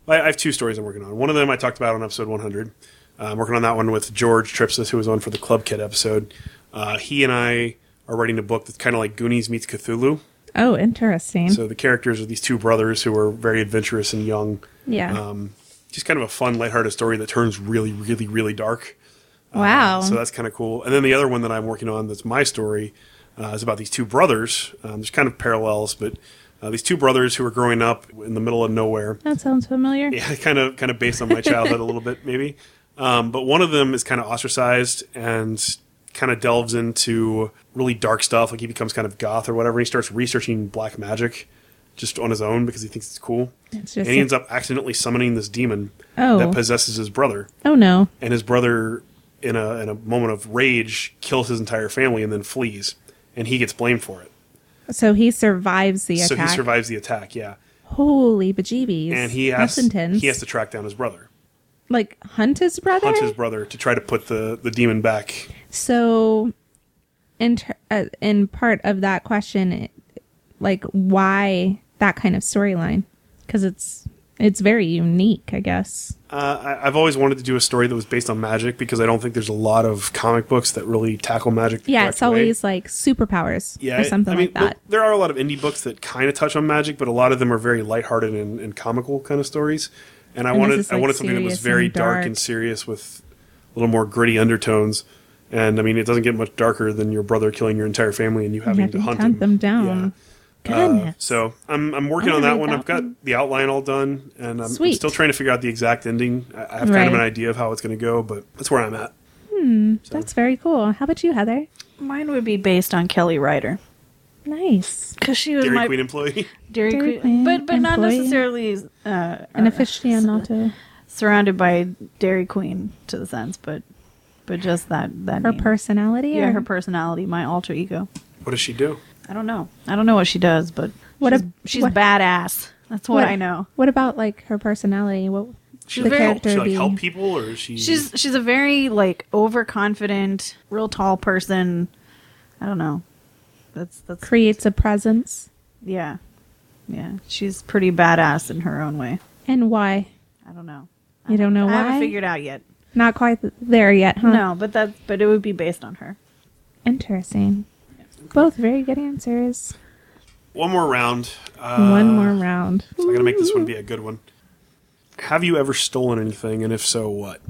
S2: I, I have two stories I'm working on. One of them I talked about on episode 100. Uh, I'm working on that one with George Tripsis, who was on for the Club Kid episode. Uh, he and I are writing a book that's kind of like Goonies meets Cthulhu.
S1: Oh, interesting.
S2: So the characters are these two brothers who are very adventurous and young.
S1: yeah.
S2: Um, just kind of a fun, lighthearted story that turns really, really, really dark. Um,
S1: wow.
S2: uh, So that's kind of cool. And then the other one that I'm working on that's my story uh, is about these two brothers. Um, there's kind of parallels, but uh, these two brothers who are growing up in the middle of nowhere
S1: that sounds familiar.
S2: yeah, <laughs> kind of kind of based on my childhood a little bit maybe. Um, but one of them is kind of ostracized and kind of delves into really dark stuff. Like he becomes kind of goth or whatever. He starts researching black magic just on his own because he thinks it's cool.
S1: It's just
S2: and he
S1: a-
S2: ends up accidentally summoning this demon
S1: Oh.
S2: that possesses his brother.
S1: Oh no.
S2: And his brother, in a in a moment of rage, kills his entire family and then flees. And he gets blamed for it.
S1: So he survives the
S2: So he
S1: attack.
S2: survives the attack, yeah.
S1: Holy bejeebies.
S2: And he
S1: That's
S2: has
S1: intense.
S2: he has to track down his brother.
S1: like hunt his brother.
S2: punch his brother to try to put the, the demon back.
S1: So, in ter- uh, in part of that question, it- like why that kind of storyline? Because it's it's very unique, I guess.
S2: Uh, I, I've always wanted to do a story that was based on magic because I don't think there's a lot of comic books that really tackle magic. the
S1: Yeah,
S2: correct
S1: it's always
S2: way.
S1: like superpowers
S2: yeah,
S1: or
S2: I-
S1: something
S2: I mean,
S1: like that.
S2: There are a lot of indie books that kind of touch on magic, but a lot of them are very lighthearted and, and comical kind of stories. And I
S1: And this
S2: wanted
S1: is,
S2: I
S1: like,
S2: wanted something that was
S1: serious
S2: very
S1: and
S2: dark.
S1: dark.
S2: and serious with a little more gritty undertones. And I mean, it doesn't get much darker than your brother killing your entire family and you having
S1: have
S2: to
S1: to
S2: hunt,
S1: hunt
S2: him.
S1: them down.
S2: Yeah. Uh,
S1: Goodness.
S2: So I'm I'm working
S1: I
S2: on
S1: wanna
S2: that
S1: read
S2: one.
S1: that
S2: I've got
S1: one.
S2: the outline all done, and I'm, I'm
S1: Sweet.
S2: still trying to figure out the exact ending. I, I have kind of an
S1: Right.
S2: idea of how it's going to go, but that's where I'm at.
S1: That's very cool. How about you, Heather?
S3: Mine would be based on Kelly Ryder
S1: Nice.
S3: because she was
S2: Dairy
S3: my
S2: Queen employee. <laughs>
S3: Dairy,
S1: Dairy
S3: Queen,
S1: Queen
S3: but but not
S1: employee.
S3: necessarily uh,
S1: An aficionado.
S3: surrounded by Dairy Queen to the sense, but but just that that
S1: Her
S3: name.
S1: personality.
S3: yeah,
S1: or-
S3: her personality, my alter ego.
S2: What does she do?
S3: I don't know. I don't know what she does, but
S1: What
S3: she's,
S1: a-
S3: she's
S1: what-
S3: badass. That's what, I know.
S1: What about like her personality? What
S3: She's
S1: the
S3: very-
S1: character
S2: she like
S1: be?
S2: help people, or is she?
S3: She's she's a very like overconfident, real tall person. I don't know. That's that's
S1: creates a presence,
S3: yeah. Yeah, she's pretty badass in her own way.
S1: and why?
S3: I don't know.
S1: You don't know
S3: I
S1: why.
S3: haven't figured out yet.
S1: Not quite there yet, huh?
S3: No, but that but it would be based on her.
S1: Interesting. Both very good answers.
S2: one more round. Uh,
S1: One more round.
S2: So I got to make this one be a good one. Have you ever stolen anything, and if so, what?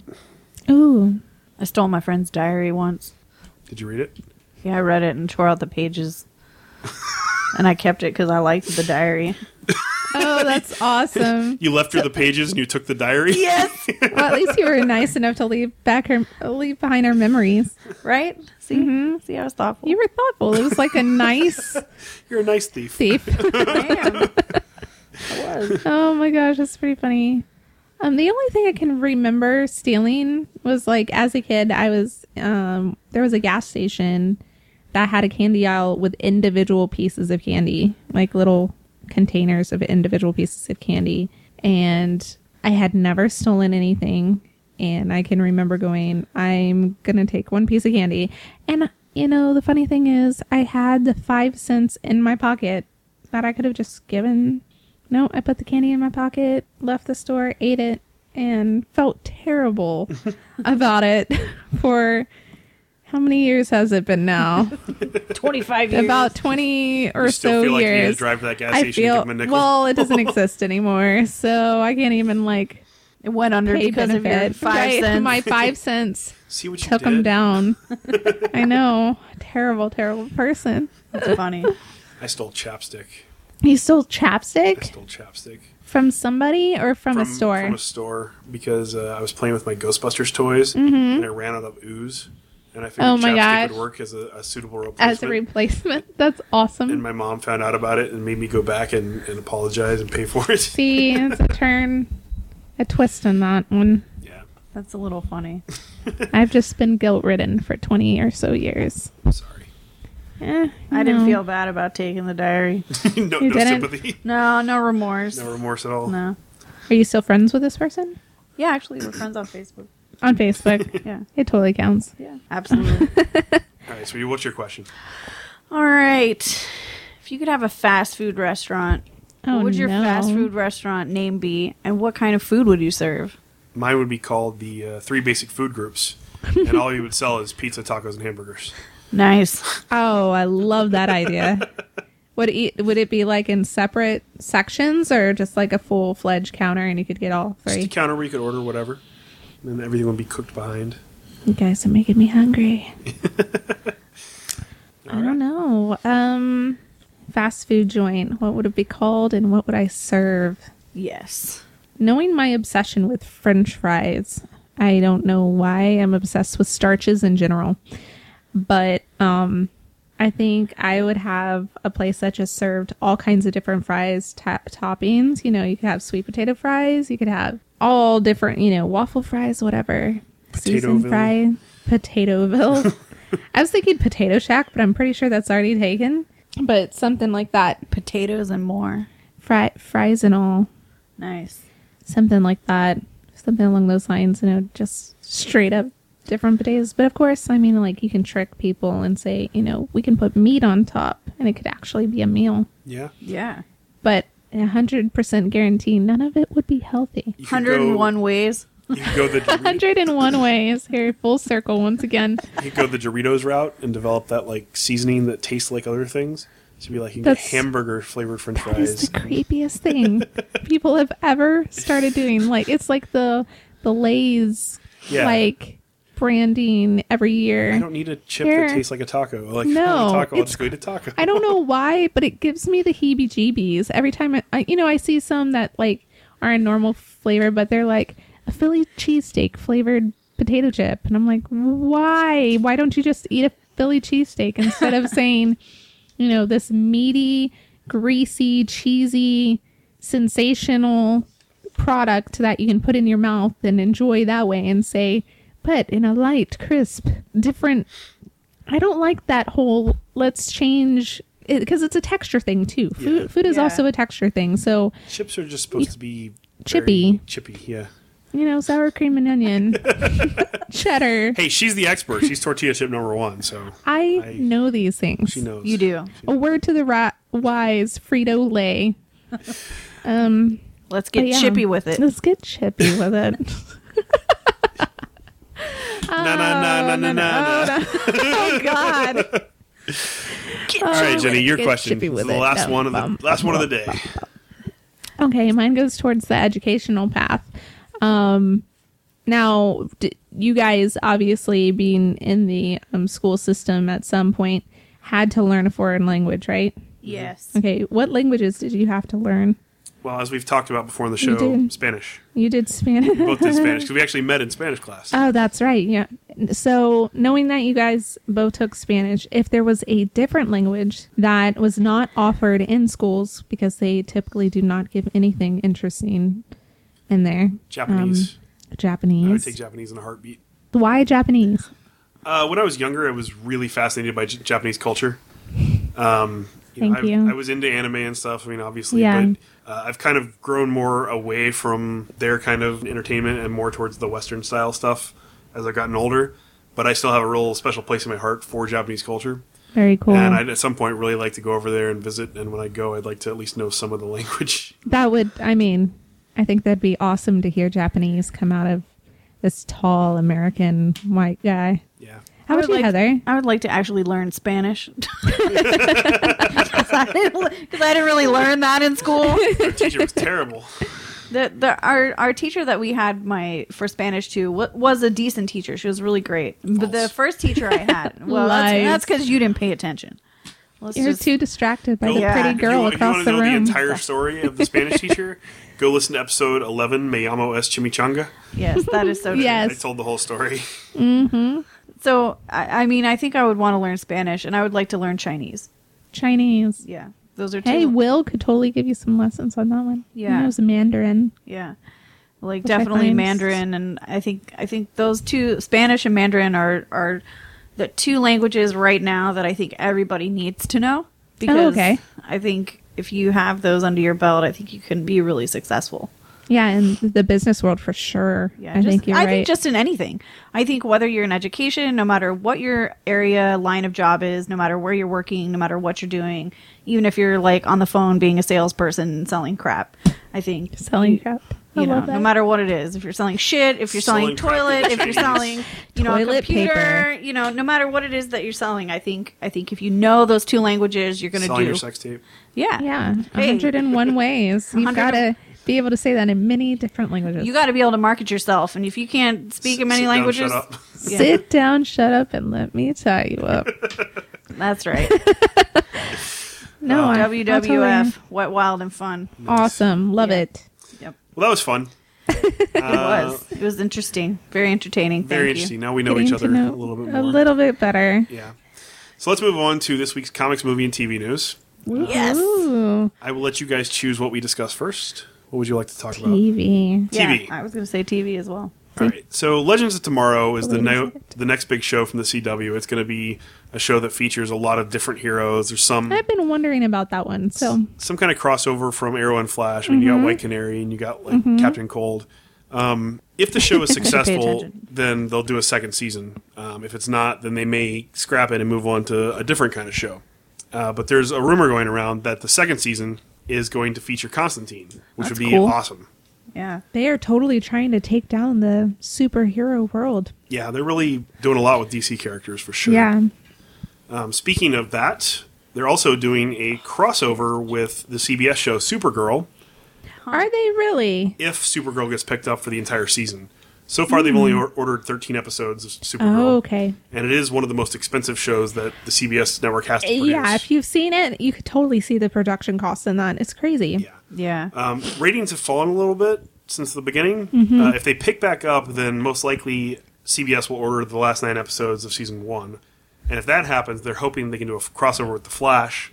S1: Ooh.
S3: I stole my friend's diary once.
S2: Did you read it?
S3: Yeah, I read it and tore out the pages. and I kept it because I liked the diary.
S1: Oh, that's awesome.
S2: You left her the pages, and you took
S1: <laughs>
S2: the diary.
S3: Yes.
S1: Well, at least you were nice enough to leave back her, leave behind her memories, right?
S3: See, see, I was thoughtful.
S1: You were thoughtful. It was like a nice
S2: You're a nice thief.
S1: thief.
S3: <laughs> Damn. I was.
S1: Oh my gosh, that's pretty funny. Um, the only thing I can remember stealing was like as a kid, I was um, there was a gas station that had a candy aisle with individual pieces of candy, like little containers of individual pieces of candy, and I had never stolen anything. And I can remember going, I'm going to take one piece of candy. And, you know, the funny thing is, I had the five cents in my pocket that I could have just given. No, I put the candy in my pocket, left the store, ate it, and
S4: <laughs>
S1: felt terrible about it <laughs> for how many years has it
S4: <laughs>
S1: been now?
S4: 25 years.
S1: About 20 or
S2: You still
S1: so
S2: feel like you need to
S1: years.
S2: drive to that gas
S1: I
S2: station
S1: feel
S2: and give him a nickel.
S1: well, it
S2: <laughs>
S1: doesn't exist anymore, so I can't even like
S4: it went under
S1: pay
S4: because
S1: benefit.
S4: of your five
S1: Right, <laughs>
S3: <laughs>
S4: cents.
S1: My
S2: <laughs>
S1: five cents
S2: See what you
S1: took
S2: did.
S1: him
S2: <laughs>
S1: down. I know, terrible, terrible person.
S3: That's funny.
S2: I stole chapstick.
S1: You stole
S2: I
S1: chapstick
S2: stole chapstick
S1: from somebody or from, a store?
S2: From a store because uh, I was playing with my Ghostbusters toys and I ran out of ooze, and I figured
S1: Mm-hmm. Oh my
S2: chapstick
S1: gosh.
S2: would work as a, a suitable replacement.
S1: as a replacement. That's awesome.
S2: and my mom found out about it and made me go back and, and apologize and pay for it.
S1: See, it's a turn, a twist on that one.
S2: <laughs> yeah,
S3: That's a little funny.
S1: I've just been guilt ridden for 20 or so years.
S2: I'm sorry. <laughs>
S1: Eh, no.
S3: I didn't feel bad about taking the diary.
S2: no
S1: You
S2: no
S1: didn't?
S2: sympathy,
S3: No, no remorse.
S2: no remorse at all.
S3: No.
S1: Are you still friends with this person?
S3: Yeah, actually, we're friends on Facebook.
S1: On
S3: <laughs>
S1: Facebook.
S3: Yeah,
S1: it totally counts.
S3: yeah, absolutely.
S2: All right, so what's your question?
S3: All right. If you could have a fast food restaurant,
S1: Oh,
S3: what would your
S1: no.
S3: fast food restaurant name be, and what kind of food would you serve?
S2: Mine would be called the uh, three basic food groups,
S1: <laughs>
S2: and all you would sell is pizza, tacos, and hamburgers.
S3: Nice.
S1: Oh, I love that idea. would it, would it be like in separate sections or just like a full fledged counter and you could get all
S2: Just a
S1: three?
S2: counter where you could order whatever, and everything would be cooked behind.
S1: You guys are making me hungry. I don't know. Um, fast food joint. What would it be called and what would I serve?
S3: Yes.
S1: Knowing my obsession with french fries, I don't know why I'm obsessed with starches in general, but um, I think I would have a place that just served all kinds of different fries ta- toppings. You know, you could have sweet potato fries, you could have all different, you know, waffle fries, whatever. Seasoned
S2: Potatoville.
S1: fry, potatoville. I was thinking potato shack, but I'm pretty sure that's already taken. But something like that,
S3: Potatoes and more.
S1: fry- fries and all
S3: Nice.
S1: something like that, something along those lines. You know, just straight up different potatoes. But of course, I mean, like you can trick people and say, you know, we can put meat on top, and it could actually be a meal.
S2: Yeah,
S3: Yeah.
S1: But a hundred percent guarantee, none of it would be healthy.
S2: you could
S3: 101 ways.
S2: Go, you could go
S1: <laughs>
S2: the Dorito-
S1: Hundred and one ways here, full circle once again.
S2: you could go the Doritos route and develop that like seasoning that tastes like other things. So it'd be like you get
S1: That's-
S2: hamburger flavored French
S1: That is
S2: fries.
S1: the creepiest thing people have ever started doing. Like it's like the the Lay's
S2: Yeah.
S1: like branding every year.
S2: I don't need a chip
S1: Here.
S2: that tastes like a taco. Like <laughs>
S1: No,
S2: I want a taco, I'll
S1: it's-
S2: just go eat a taco.
S1: I don't know why, but it gives me the heebie-jeebies every time. I, I, you know, I see some that like are in normal flavor, but they're like a Philly cheesesteak flavored potato chip, and I'm like, why? Why don't you just eat a Philly cheesesteak instead of saying, you know, this meaty, greasy, cheesy, sensational product that you can put in your mouth and enjoy that way, and say, but in a light, crisp, different I don't like that whole let's change because it's a texture thing too. Food
S2: Yeah.
S1: food is
S3: Yeah.
S1: also a texture thing. So,
S2: Chips are just supposed to be very
S1: Chippy.
S2: Chippy, yeah.
S1: you know, sour cream and
S2: <laughs>
S1: onion, cheddar.
S2: Hey, she's the expert. She's tortilla chip number one, so
S1: I,
S2: I-
S1: know these things.
S2: she knows.
S3: You do.
S1: A word to the ri- wise, Frito Lay. um,
S3: Let's get
S1: but yeah.
S3: chippy with it.
S1: Let's get chippy with it.
S2: <laughs> Na na na na na na. na.
S1: oh God!
S2: All right, Jenny, your
S1: Get
S2: question.
S1: chippy
S2: This is
S1: with
S2: the
S1: it.
S2: last
S1: No,
S2: one of
S1: bum,
S2: the last one of the day.
S1: Okay, mine goes towards the educational path. Um, now, d- you guys obviously being in the um, school system at some point had to learn a foreign language, right?
S3: Yes.
S1: Okay, what languages did you have to learn?
S2: Well, as we've talked about before in the
S1: You
S2: show,
S1: do.
S2: Spanish.
S1: You did Spanish.
S2: Both did Spanish because we actually met in Spanish class.
S1: Oh, that's right. Yeah. So, knowing that you guys both took Spanish, if there was a different language that was not offered in schools because they typically do not give anything interesting in there, um,
S2: Japanese. I would
S1: Japanese.
S2: take Japanese in a heartbeat.
S1: Why Japanese?
S2: Uh, when I was younger, I was really fascinated by J- Japanese culture. Um,
S1: Thank
S2: I,
S1: you.
S2: I was into anime and stuff. I mean, obviously,
S1: Yeah.
S2: but uh, I've kind of grown more away from their kind of entertainment and more towards the Western style stuff as I've gotten older. But I still have a real special place in my heart for Japanese culture,
S1: Very cool.
S2: and I'd at some point really like to go over there and visit. And when I go, I'd like to at least know some of the <laughs> language.
S1: that would, I mean, I think that'd be awesome to hear Japanese come out of this tall American white guy.
S2: Yeah,
S1: How
S3: I
S1: about you,
S3: would like-
S1: Heather?
S3: <laughs> I would like to actually learn Spanish <laughs> because I, didn't- 'cause I didn't really learn that in <laughs> school.
S2: our teacher was terrible.
S3: The, the our our teacher that we had my for Spanish too wa- was a decent teacher. She was really great. But the
S2: False.
S3: first teacher
S2: <laughs>
S3: I had, well,
S1: Lies.
S3: that's because you didn't pay attention. Let's
S1: You're
S3: just-
S1: too distracted by
S2: Go-
S1: the
S3: Yeah.
S1: pretty
S2: if
S1: girl
S2: you, if you
S1: across
S2: want to
S1: the
S2: know
S1: room.
S2: the entire story of
S1: <laughs>
S2: the Spanish teacher, go listen to episode eleven, Mayamo es Chimichanga.
S3: <laughs> yes, that is so true.
S1: Yes.
S2: I told the whole story.
S3: So I, I mean, I think I would want to learn Spanish, and I would like to learn Chinese.
S1: Chinese.
S3: Yeah, those are two.
S1: Hey, Will could totally give you some lessons on that one.
S3: Yeah.
S1: He knows Mandarin.
S3: Yeah. Like
S1: Which I
S3: definitely
S1: find-
S3: Mandarin and I think I think those two Spanish and Mandarin are are the two languages right now that I think everybody needs to know because
S1: Oh, okay.
S3: I think if you have those under your belt, I think you can be really successful.
S1: Yeah, and the business world for sure.
S3: Yeah,
S1: I
S3: just,
S1: think you're
S3: I
S1: right.
S3: think just in anything. I think whether you're in education, no matter what your area line of job is, no matter where you're working, no matter what you're doing, even if you're like on the phone being a salesperson and selling crap, I think
S1: selling crap. I
S3: you know,
S1: love that.
S3: no matter what it is, if you're selling shit, if you're
S2: Selling
S3: selling,
S2: crap
S3: toilet,
S2: in
S3: if you're
S1: <laughs>
S2: Chinese.
S3: selling, you know, a
S1: Toilet
S3: computer,
S1: paper.
S3: you know, no matter what it is that you're selling, I think, I think if you know those two languages, you're gonna
S2: Selling
S3: do,
S2: your sex tape.
S3: yeah,
S1: yeah,
S3: Hey. <laughs>
S1: 101 ways. You've
S3: 100
S1: got to be able to say that in many different languages.
S3: You got to be able to market yourself, and if you can't speak in
S2: S- sit
S3: many
S2: down,
S3: languages,
S2: shut up.
S3: yeah.
S1: Sit down, shut up, and let me tie you up.
S3: <laughs>
S1: <laughs>
S3: that's right.
S1: No, I, I
S3: WWF,
S1: totally-
S3: wet, wild, and fun.
S1: awesome. Love
S3: Yeah.
S1: it.
S3: Yep,
S2: Well, that was
S1: <laughs>
S2: fun.
S3: it was. It was interesting, very entertaining. Thank
S2: Uh, Very
S3: you.
S2: interesting. Now we know each
S1: Getting
S2: other
S1: to know
S2: a little bit
S1: a
S2: more.
S1: little bit better.
S2: Yeah. So let's move on to this week's comics, movie, and TV news.
S3: Yes.
S1: Ooh,
S2: I will let you guys choose what we discuss first. What would you like to talk about?
S1: TV.
S2: TV.
S3: Yeah, I was gonna say TV as well.
S2: All right. So Legends of Tomorrow is the
S1: What
S2: no-
S1: is it?
S2: the next big show from the CW. It's going to be a show that features a lot of different heroes. There's some
S1: I've been wondering about that one. So
S2: some kind of crossover from Arrow and Flash. I mean,
S3: Mm-hmm.
S2: you got White Canary and you got like Captain Cold. Um, if the
S3: <laughs>
S2: show is successful,
S3: attention.
S2: then they'll do a second season. Um, if it's not, then they may scrap it and move on to a different kind of show. Uh, but there's a rumor going around that the second season is going to feature Constantine, which would be
S3: cool.
S2: awesome.
S3: Yeah,
S1: they are totally trying to take down the superhero world.
S2: Yeah, they're really doing a lot with DC characters for sure.
S1: Yeah.
S2: Um, speaking of that, they're also doing a crossover with the CBS show Supergirl,
S1: Are they really?
S2: if Supergirl gets picked up for the entire season. So far, they've only or- ordered 13 episodes of Supergirl.
S1: Hmm. Oh, okay.
S2: And it is one of the most expensive shows that the CBS network has to produce.
S1: Yeah, if you've seen it, you could totally see the production costs in that. It's crazy.
S2: Yeah.
S3: yeah.
S2: Um, ratings have fallen a little bit since the beginning.
S1: Mm-hmm.
S2: Uh, if they pick back up, then most likely CBS will order the last nine episodes of season one. And if that happens, they're hoping they can do a f- crossover with The Flash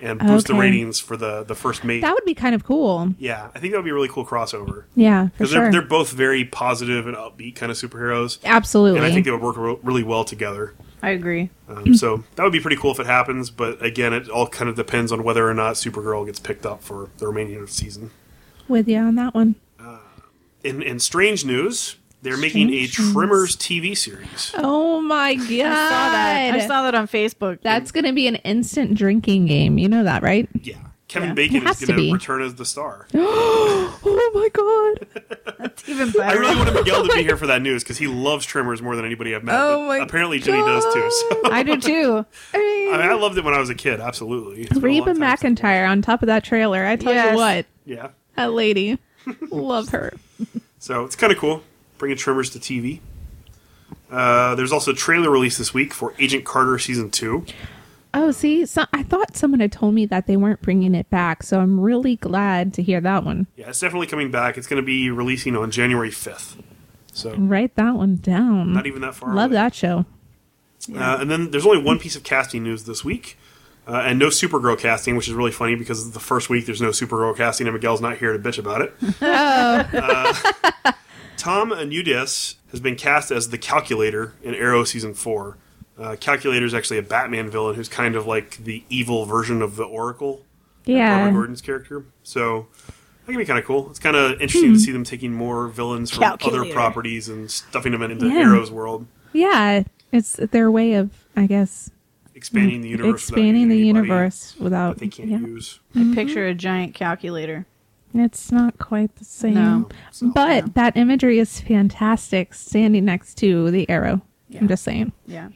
S2: and boost
S1: Okay.
S2: the ratings for the, the first mate.
S1: That would be kind of cool.
S2: yeah, I think that would be a really cool crossover.
S1: Yeah, for
S2: Because
S1: sure.
S2: they're, they're both very positive and upbeat kind of superheroes.
S1: Absolutely.
S2: and I think they would work re- really well together.
S3: I agree.
S1: Hmm.
S2: Um, so that would be pretty cool if it happens, but again, it all kind of depends on whether or not Supergirl gets picked up for the remaining of the season.
S1: With you on that one.
S2: In, in strange news, they're making a
S1: Strange news.
S2: Tremors TV series.
S1: Oh my god.
S3: I saw that. I saw that on Facebook.
S1: That's going to be an instant drinking game. You know that, right?
S2: Yeah, Kevin
S3: Yeah.
S2: Bacon
S1: has
S2: is
S1: to
S2: going
S1: be.
S2: to return as the star.
S1: <gasps> Oh my god.
S3: even
S2: I
S3: better.
S2: really wanted Miguel
S1: <laughs>
S2: to be here for that news because he loves Tremors more than anybody I've met.
S1: Oh
S2: but
S1: my
S2: <laughs> apparently, Jenny does too. So
S3: I do too.
S2: <laughs> I, mean, I loved it when I was a kid. Absolutely, It's been a
S1: Reba
S2: long time since-
S1: McIntyre on top of that trailer. I tell
S3: Yes.
S1: you what,
S2: Yeah,
S1: that
S2: <laughs>
S1: lady. Love her.
S2: So it's kind of cool bringing Tremors to TV. Uh, there's also a trailer release this week for Agent Carter season two.
S1: Oh, see, so I thought someone had told me that they weren't bringing it back, so I'm really glad to hear that one.
S2: Yeah, it's definitely coming back. It's going to be releasing on January 5th. So
S1: Write that one down.
S2: not even that far.
S1: Mm. Love
S2: away.
S1: that show.
S2: Uh, and then there's only one piece of casting news this week, uh, and no Supergirl casting, which is really funny because it's the first week there's no Supergirl casting, and Miguel's not here to bitch
S1: <laughs>
S2: about it. Uh, Tom Anudis has been cast as the Calculator in Arrow season four. Uh, Calculator's actually a Batman villain who's kind of like the evil version of the Oracle, Barbara
S1: Yeah.
S2: Gordon's character. So that can be kind of cool. It's kind of interesting
S1: Hmm.
S2: to see them taking more villains from other
S3: Calculator.
S2: properties and stuffing them into
S1: Yeah.
S2: Arrow's world,
S1: Yeah. It's their way of, I guess,
S2: expanding the universe, without
S1: expanding the
S2: using anybody
S1: universe without.
S2: that they can't
S1: yeah.
S2: use.
S1: Mm-hmm.
S3: I picture a giant calculator.
S1: It's not quite the same.
S3: No.
S2: So-
S1: But that imagery is fantastic standing next to the arrow.
S3: Yeah.
S1: I'm just saying.
S3: Yeah.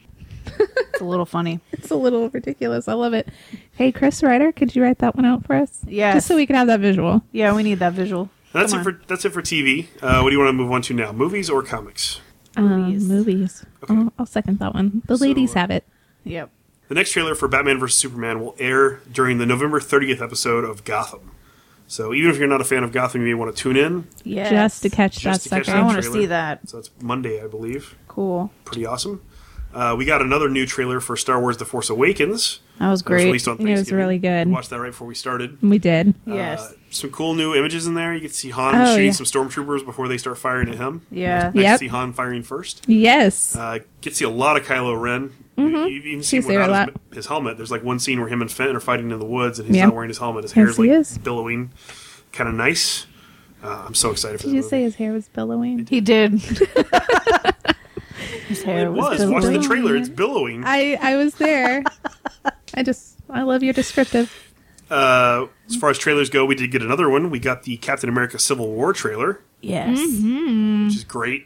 S3: it's a little funny.
S1: It's a little ridiculous. I love it. Hey, Chris Ryder, could you write that one out for us?
S3: Yes.
S1: Just so we can have that visual.
S3: Yeah, we need that visual.
S2: And that's
S3: Come
S2: it
S3: on.
S2: for that's it for TV. Uh, what do you want to move on to now? Movies or comics?
S1: Movies.
S3: Movies.
S1: Um, movies.
S2: Okay.
S1: I'll, I'll second that one. The
S2: So,
S1: ladies
S2: uh,
S1: have it.
S3: Yep.
S2: The next trailer for Batman vs Superman will air during the November 30th episode of Gotham. So even if you're not a fan of Gotham, you may want to tune in.
S3: Yeah.
S1: Just to catch
S2: Just to
S1: that
S2: catch
S1: sucker.
S2: that
S3: I want to
S2: trailer.
S3: see that.
S2: So that's Monday, I believe.
S3: Cool.
S2: Pretty awesome. Uh, we got another new trailer for Star Wars: The Force Awakens.
S3: That was
S2: That was
S3: great.
S2: released on
S1: It was
S2: Thanksgiving.
S1: really good.
S2: We watched that right before we started.
S1: we did.
S3: yes.
S2: Uh, some cool new images in there. You can see Han
S1: Oh,
S2: shooting
S1: yeah.
S2: some stormtroopers before they start firing at him.
S3: yeah.
S2: Nice
S1: Yep.
S2: to see Han firing first.
S1: Yes.
S2: Uh, get to see a lot of Kylo Ren. You, you even see
S1: He's
S2: him without
S1: Mm-hmm. there a
S2: his, his helmet. There's like one scene where him and Fenton are fighting in the woods, and he's
S1: Yeah.
S2: not wearing his helmet. His hair
S1: Yes,
S2: is like
S1: he is.
S2: billowing, kind of nice. Uh, I'm so excited for
S1: did
S2: that
S1: you
S2: movie.
S1: say his hair was billowing?
S3: He
S2: <laughs>
S3: did. His hair
S2: it was. Watch the
S1: billowing.
S2: trailer. It's billowing.
S1: I, I was <laughs> there. I just, I love your descriptive.
S2: Uh, as far as trailers go, we did get another one. We got the Captain America Civil War trailer,
S3: Yes.
S1: Mm-hmm. Mm.
S2: which is great.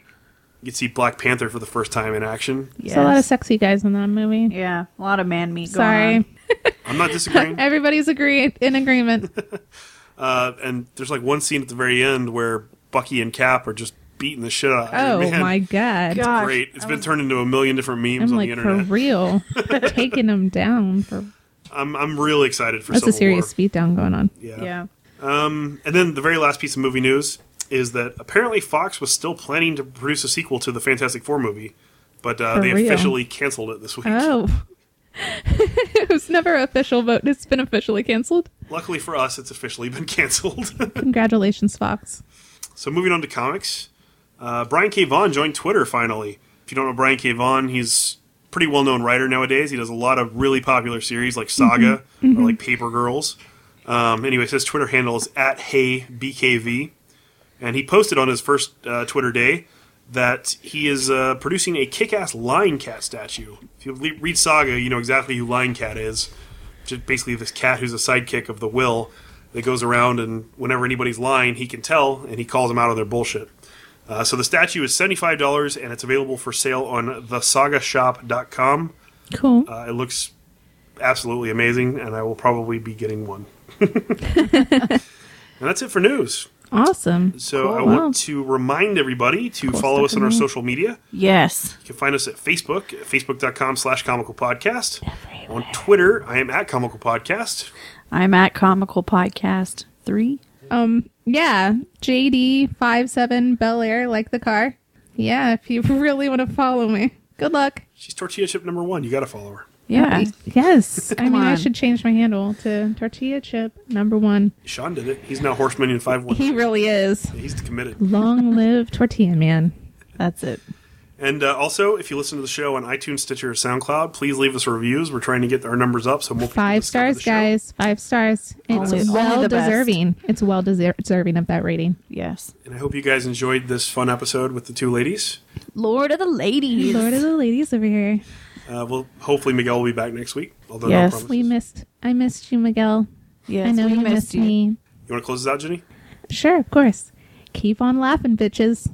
S2: You can see Black Panther for the first time in action.
S3: yes.
S1: There's a lot of sexy guys in that movie.
S3: yeah. A lot of man meat.
S1: Sorry. <laughs>
S3: Going
S2: I'm not disagreeing.
S1: Everybody's agree in
S2: <laughs>
S1: agreement.
S2: uh, and there's like one scene at the very end where Bucky and Cap are just beating the shit out of Iron
S1: oh
S2: Man.
S1: my god.
S3: on. Gosh,
S2: great. It's
S3: I
S2: been
S3: was-
S2: turned into a million different memes
S1: I'm
S2: on
S1: like
S2: the
S1: for
S2: internet. <laughs>
S1: real, taking them down. For
S2: I'm I'm really excited for
S1: that's
S2: Civil
S1: a serious
S2: War.
S1: beat down going on.
S2: Yeah.
S3: yeah.
S2: Um, and then the very last piece of movie news is that apparently Fox was still planning to produce a sequel to the Fantastic Four movie, but uh,
S1: For
S2: they
S1: real?
S2: officially canceled it this week.
S1: Oh, <laughs> it was never official, but it's been officially canceled.
S2: Luckily for us, it's officially been <laughs> canceled.
S1: Congratulations, Fox.
S2: so moving on to comics, uh, Brian K. Vaughan joined Twitter finally. If you don't know Brian K. Vaughan, he's a pretty well known writer nowadays. He does a lot of really popular series like Saga or like Paper Girls. Um, anyway, his Twitter handle is at HeyBKV. And he posted on his first uh, Twitter day that he is uh, producing a kick ass Lion Cat statue. If you le- read Saga, you know exactly who Lion Cat is. Just basically this cat who's a sidekick of the Will that goes around and whenever anybody's lying, he can tell and he calls them out on their bullshit. Uh, so the statue is $75 and it's available for sale on thesagashop.com.
S1: Cool.
S2: Uh, it looks absolutely amazing, and I will probably be
S1: <laughs>
S2: getting one. and that's it for news.
S1: Awesome.
S2: So I
S1: Cool. Wow.
S2: want to remind everybody to follow us on our social media.
S3: Yes.
S2: You can find us at Facebook, at facebook.com slash comical podcast. On Twitter, I am at comical podcast.
S3: I'm at Comical Podcast 3.
S1: Um. Yeah. JD five seven Bel Air like the car. Yeah. If you <laughs> really want to follow me, good luck.
S2: She's tortilla chip number one. You got to follow her.
S3: Yeah.
S1: Yes. I
S3: Come
S1: mean, I
S3: on.
S1: should change my handle to tortilla chip number one.
S2: Sean did it. He's now Horseman in five
S1: <laughs> He <laughs>
S2: one.
S1: really is.
S2: He's committed.
S1: <laughs> Long live tortilla man.
S3: That's it.
S2: And uh, also, if you listen to the show on iTunes, Stitcher, or SoundCloud, please leave us reviews. We're trying to get our numbers up, so more people
S1: Five
S2: discover
S1: stars,
S2: the show.
S1: guys. Five stars. It's
S3: Only- only
S1: well
S3: the best.
S1: deserving. It's well deser- deserving of that rating.
S3: Yes.
S2: And I hope you guys enjoyed this fun episode with the two ladies.
S3: Lord of the Ladies.
S1: Lord of the ladies over here.
S2: Uh, well, hopefully Miguel will be back next week. Although
S3: Yes.
S2: no promises.
S1: We missed. I missed you, Miguel.
S3: yes,
S1: I know
S3: we
S1: you missed,
S3: missed you.
S1: me.
S2: You want to close this out, Jenny?
S1: Sure, of course. Keep on laughing, bitches.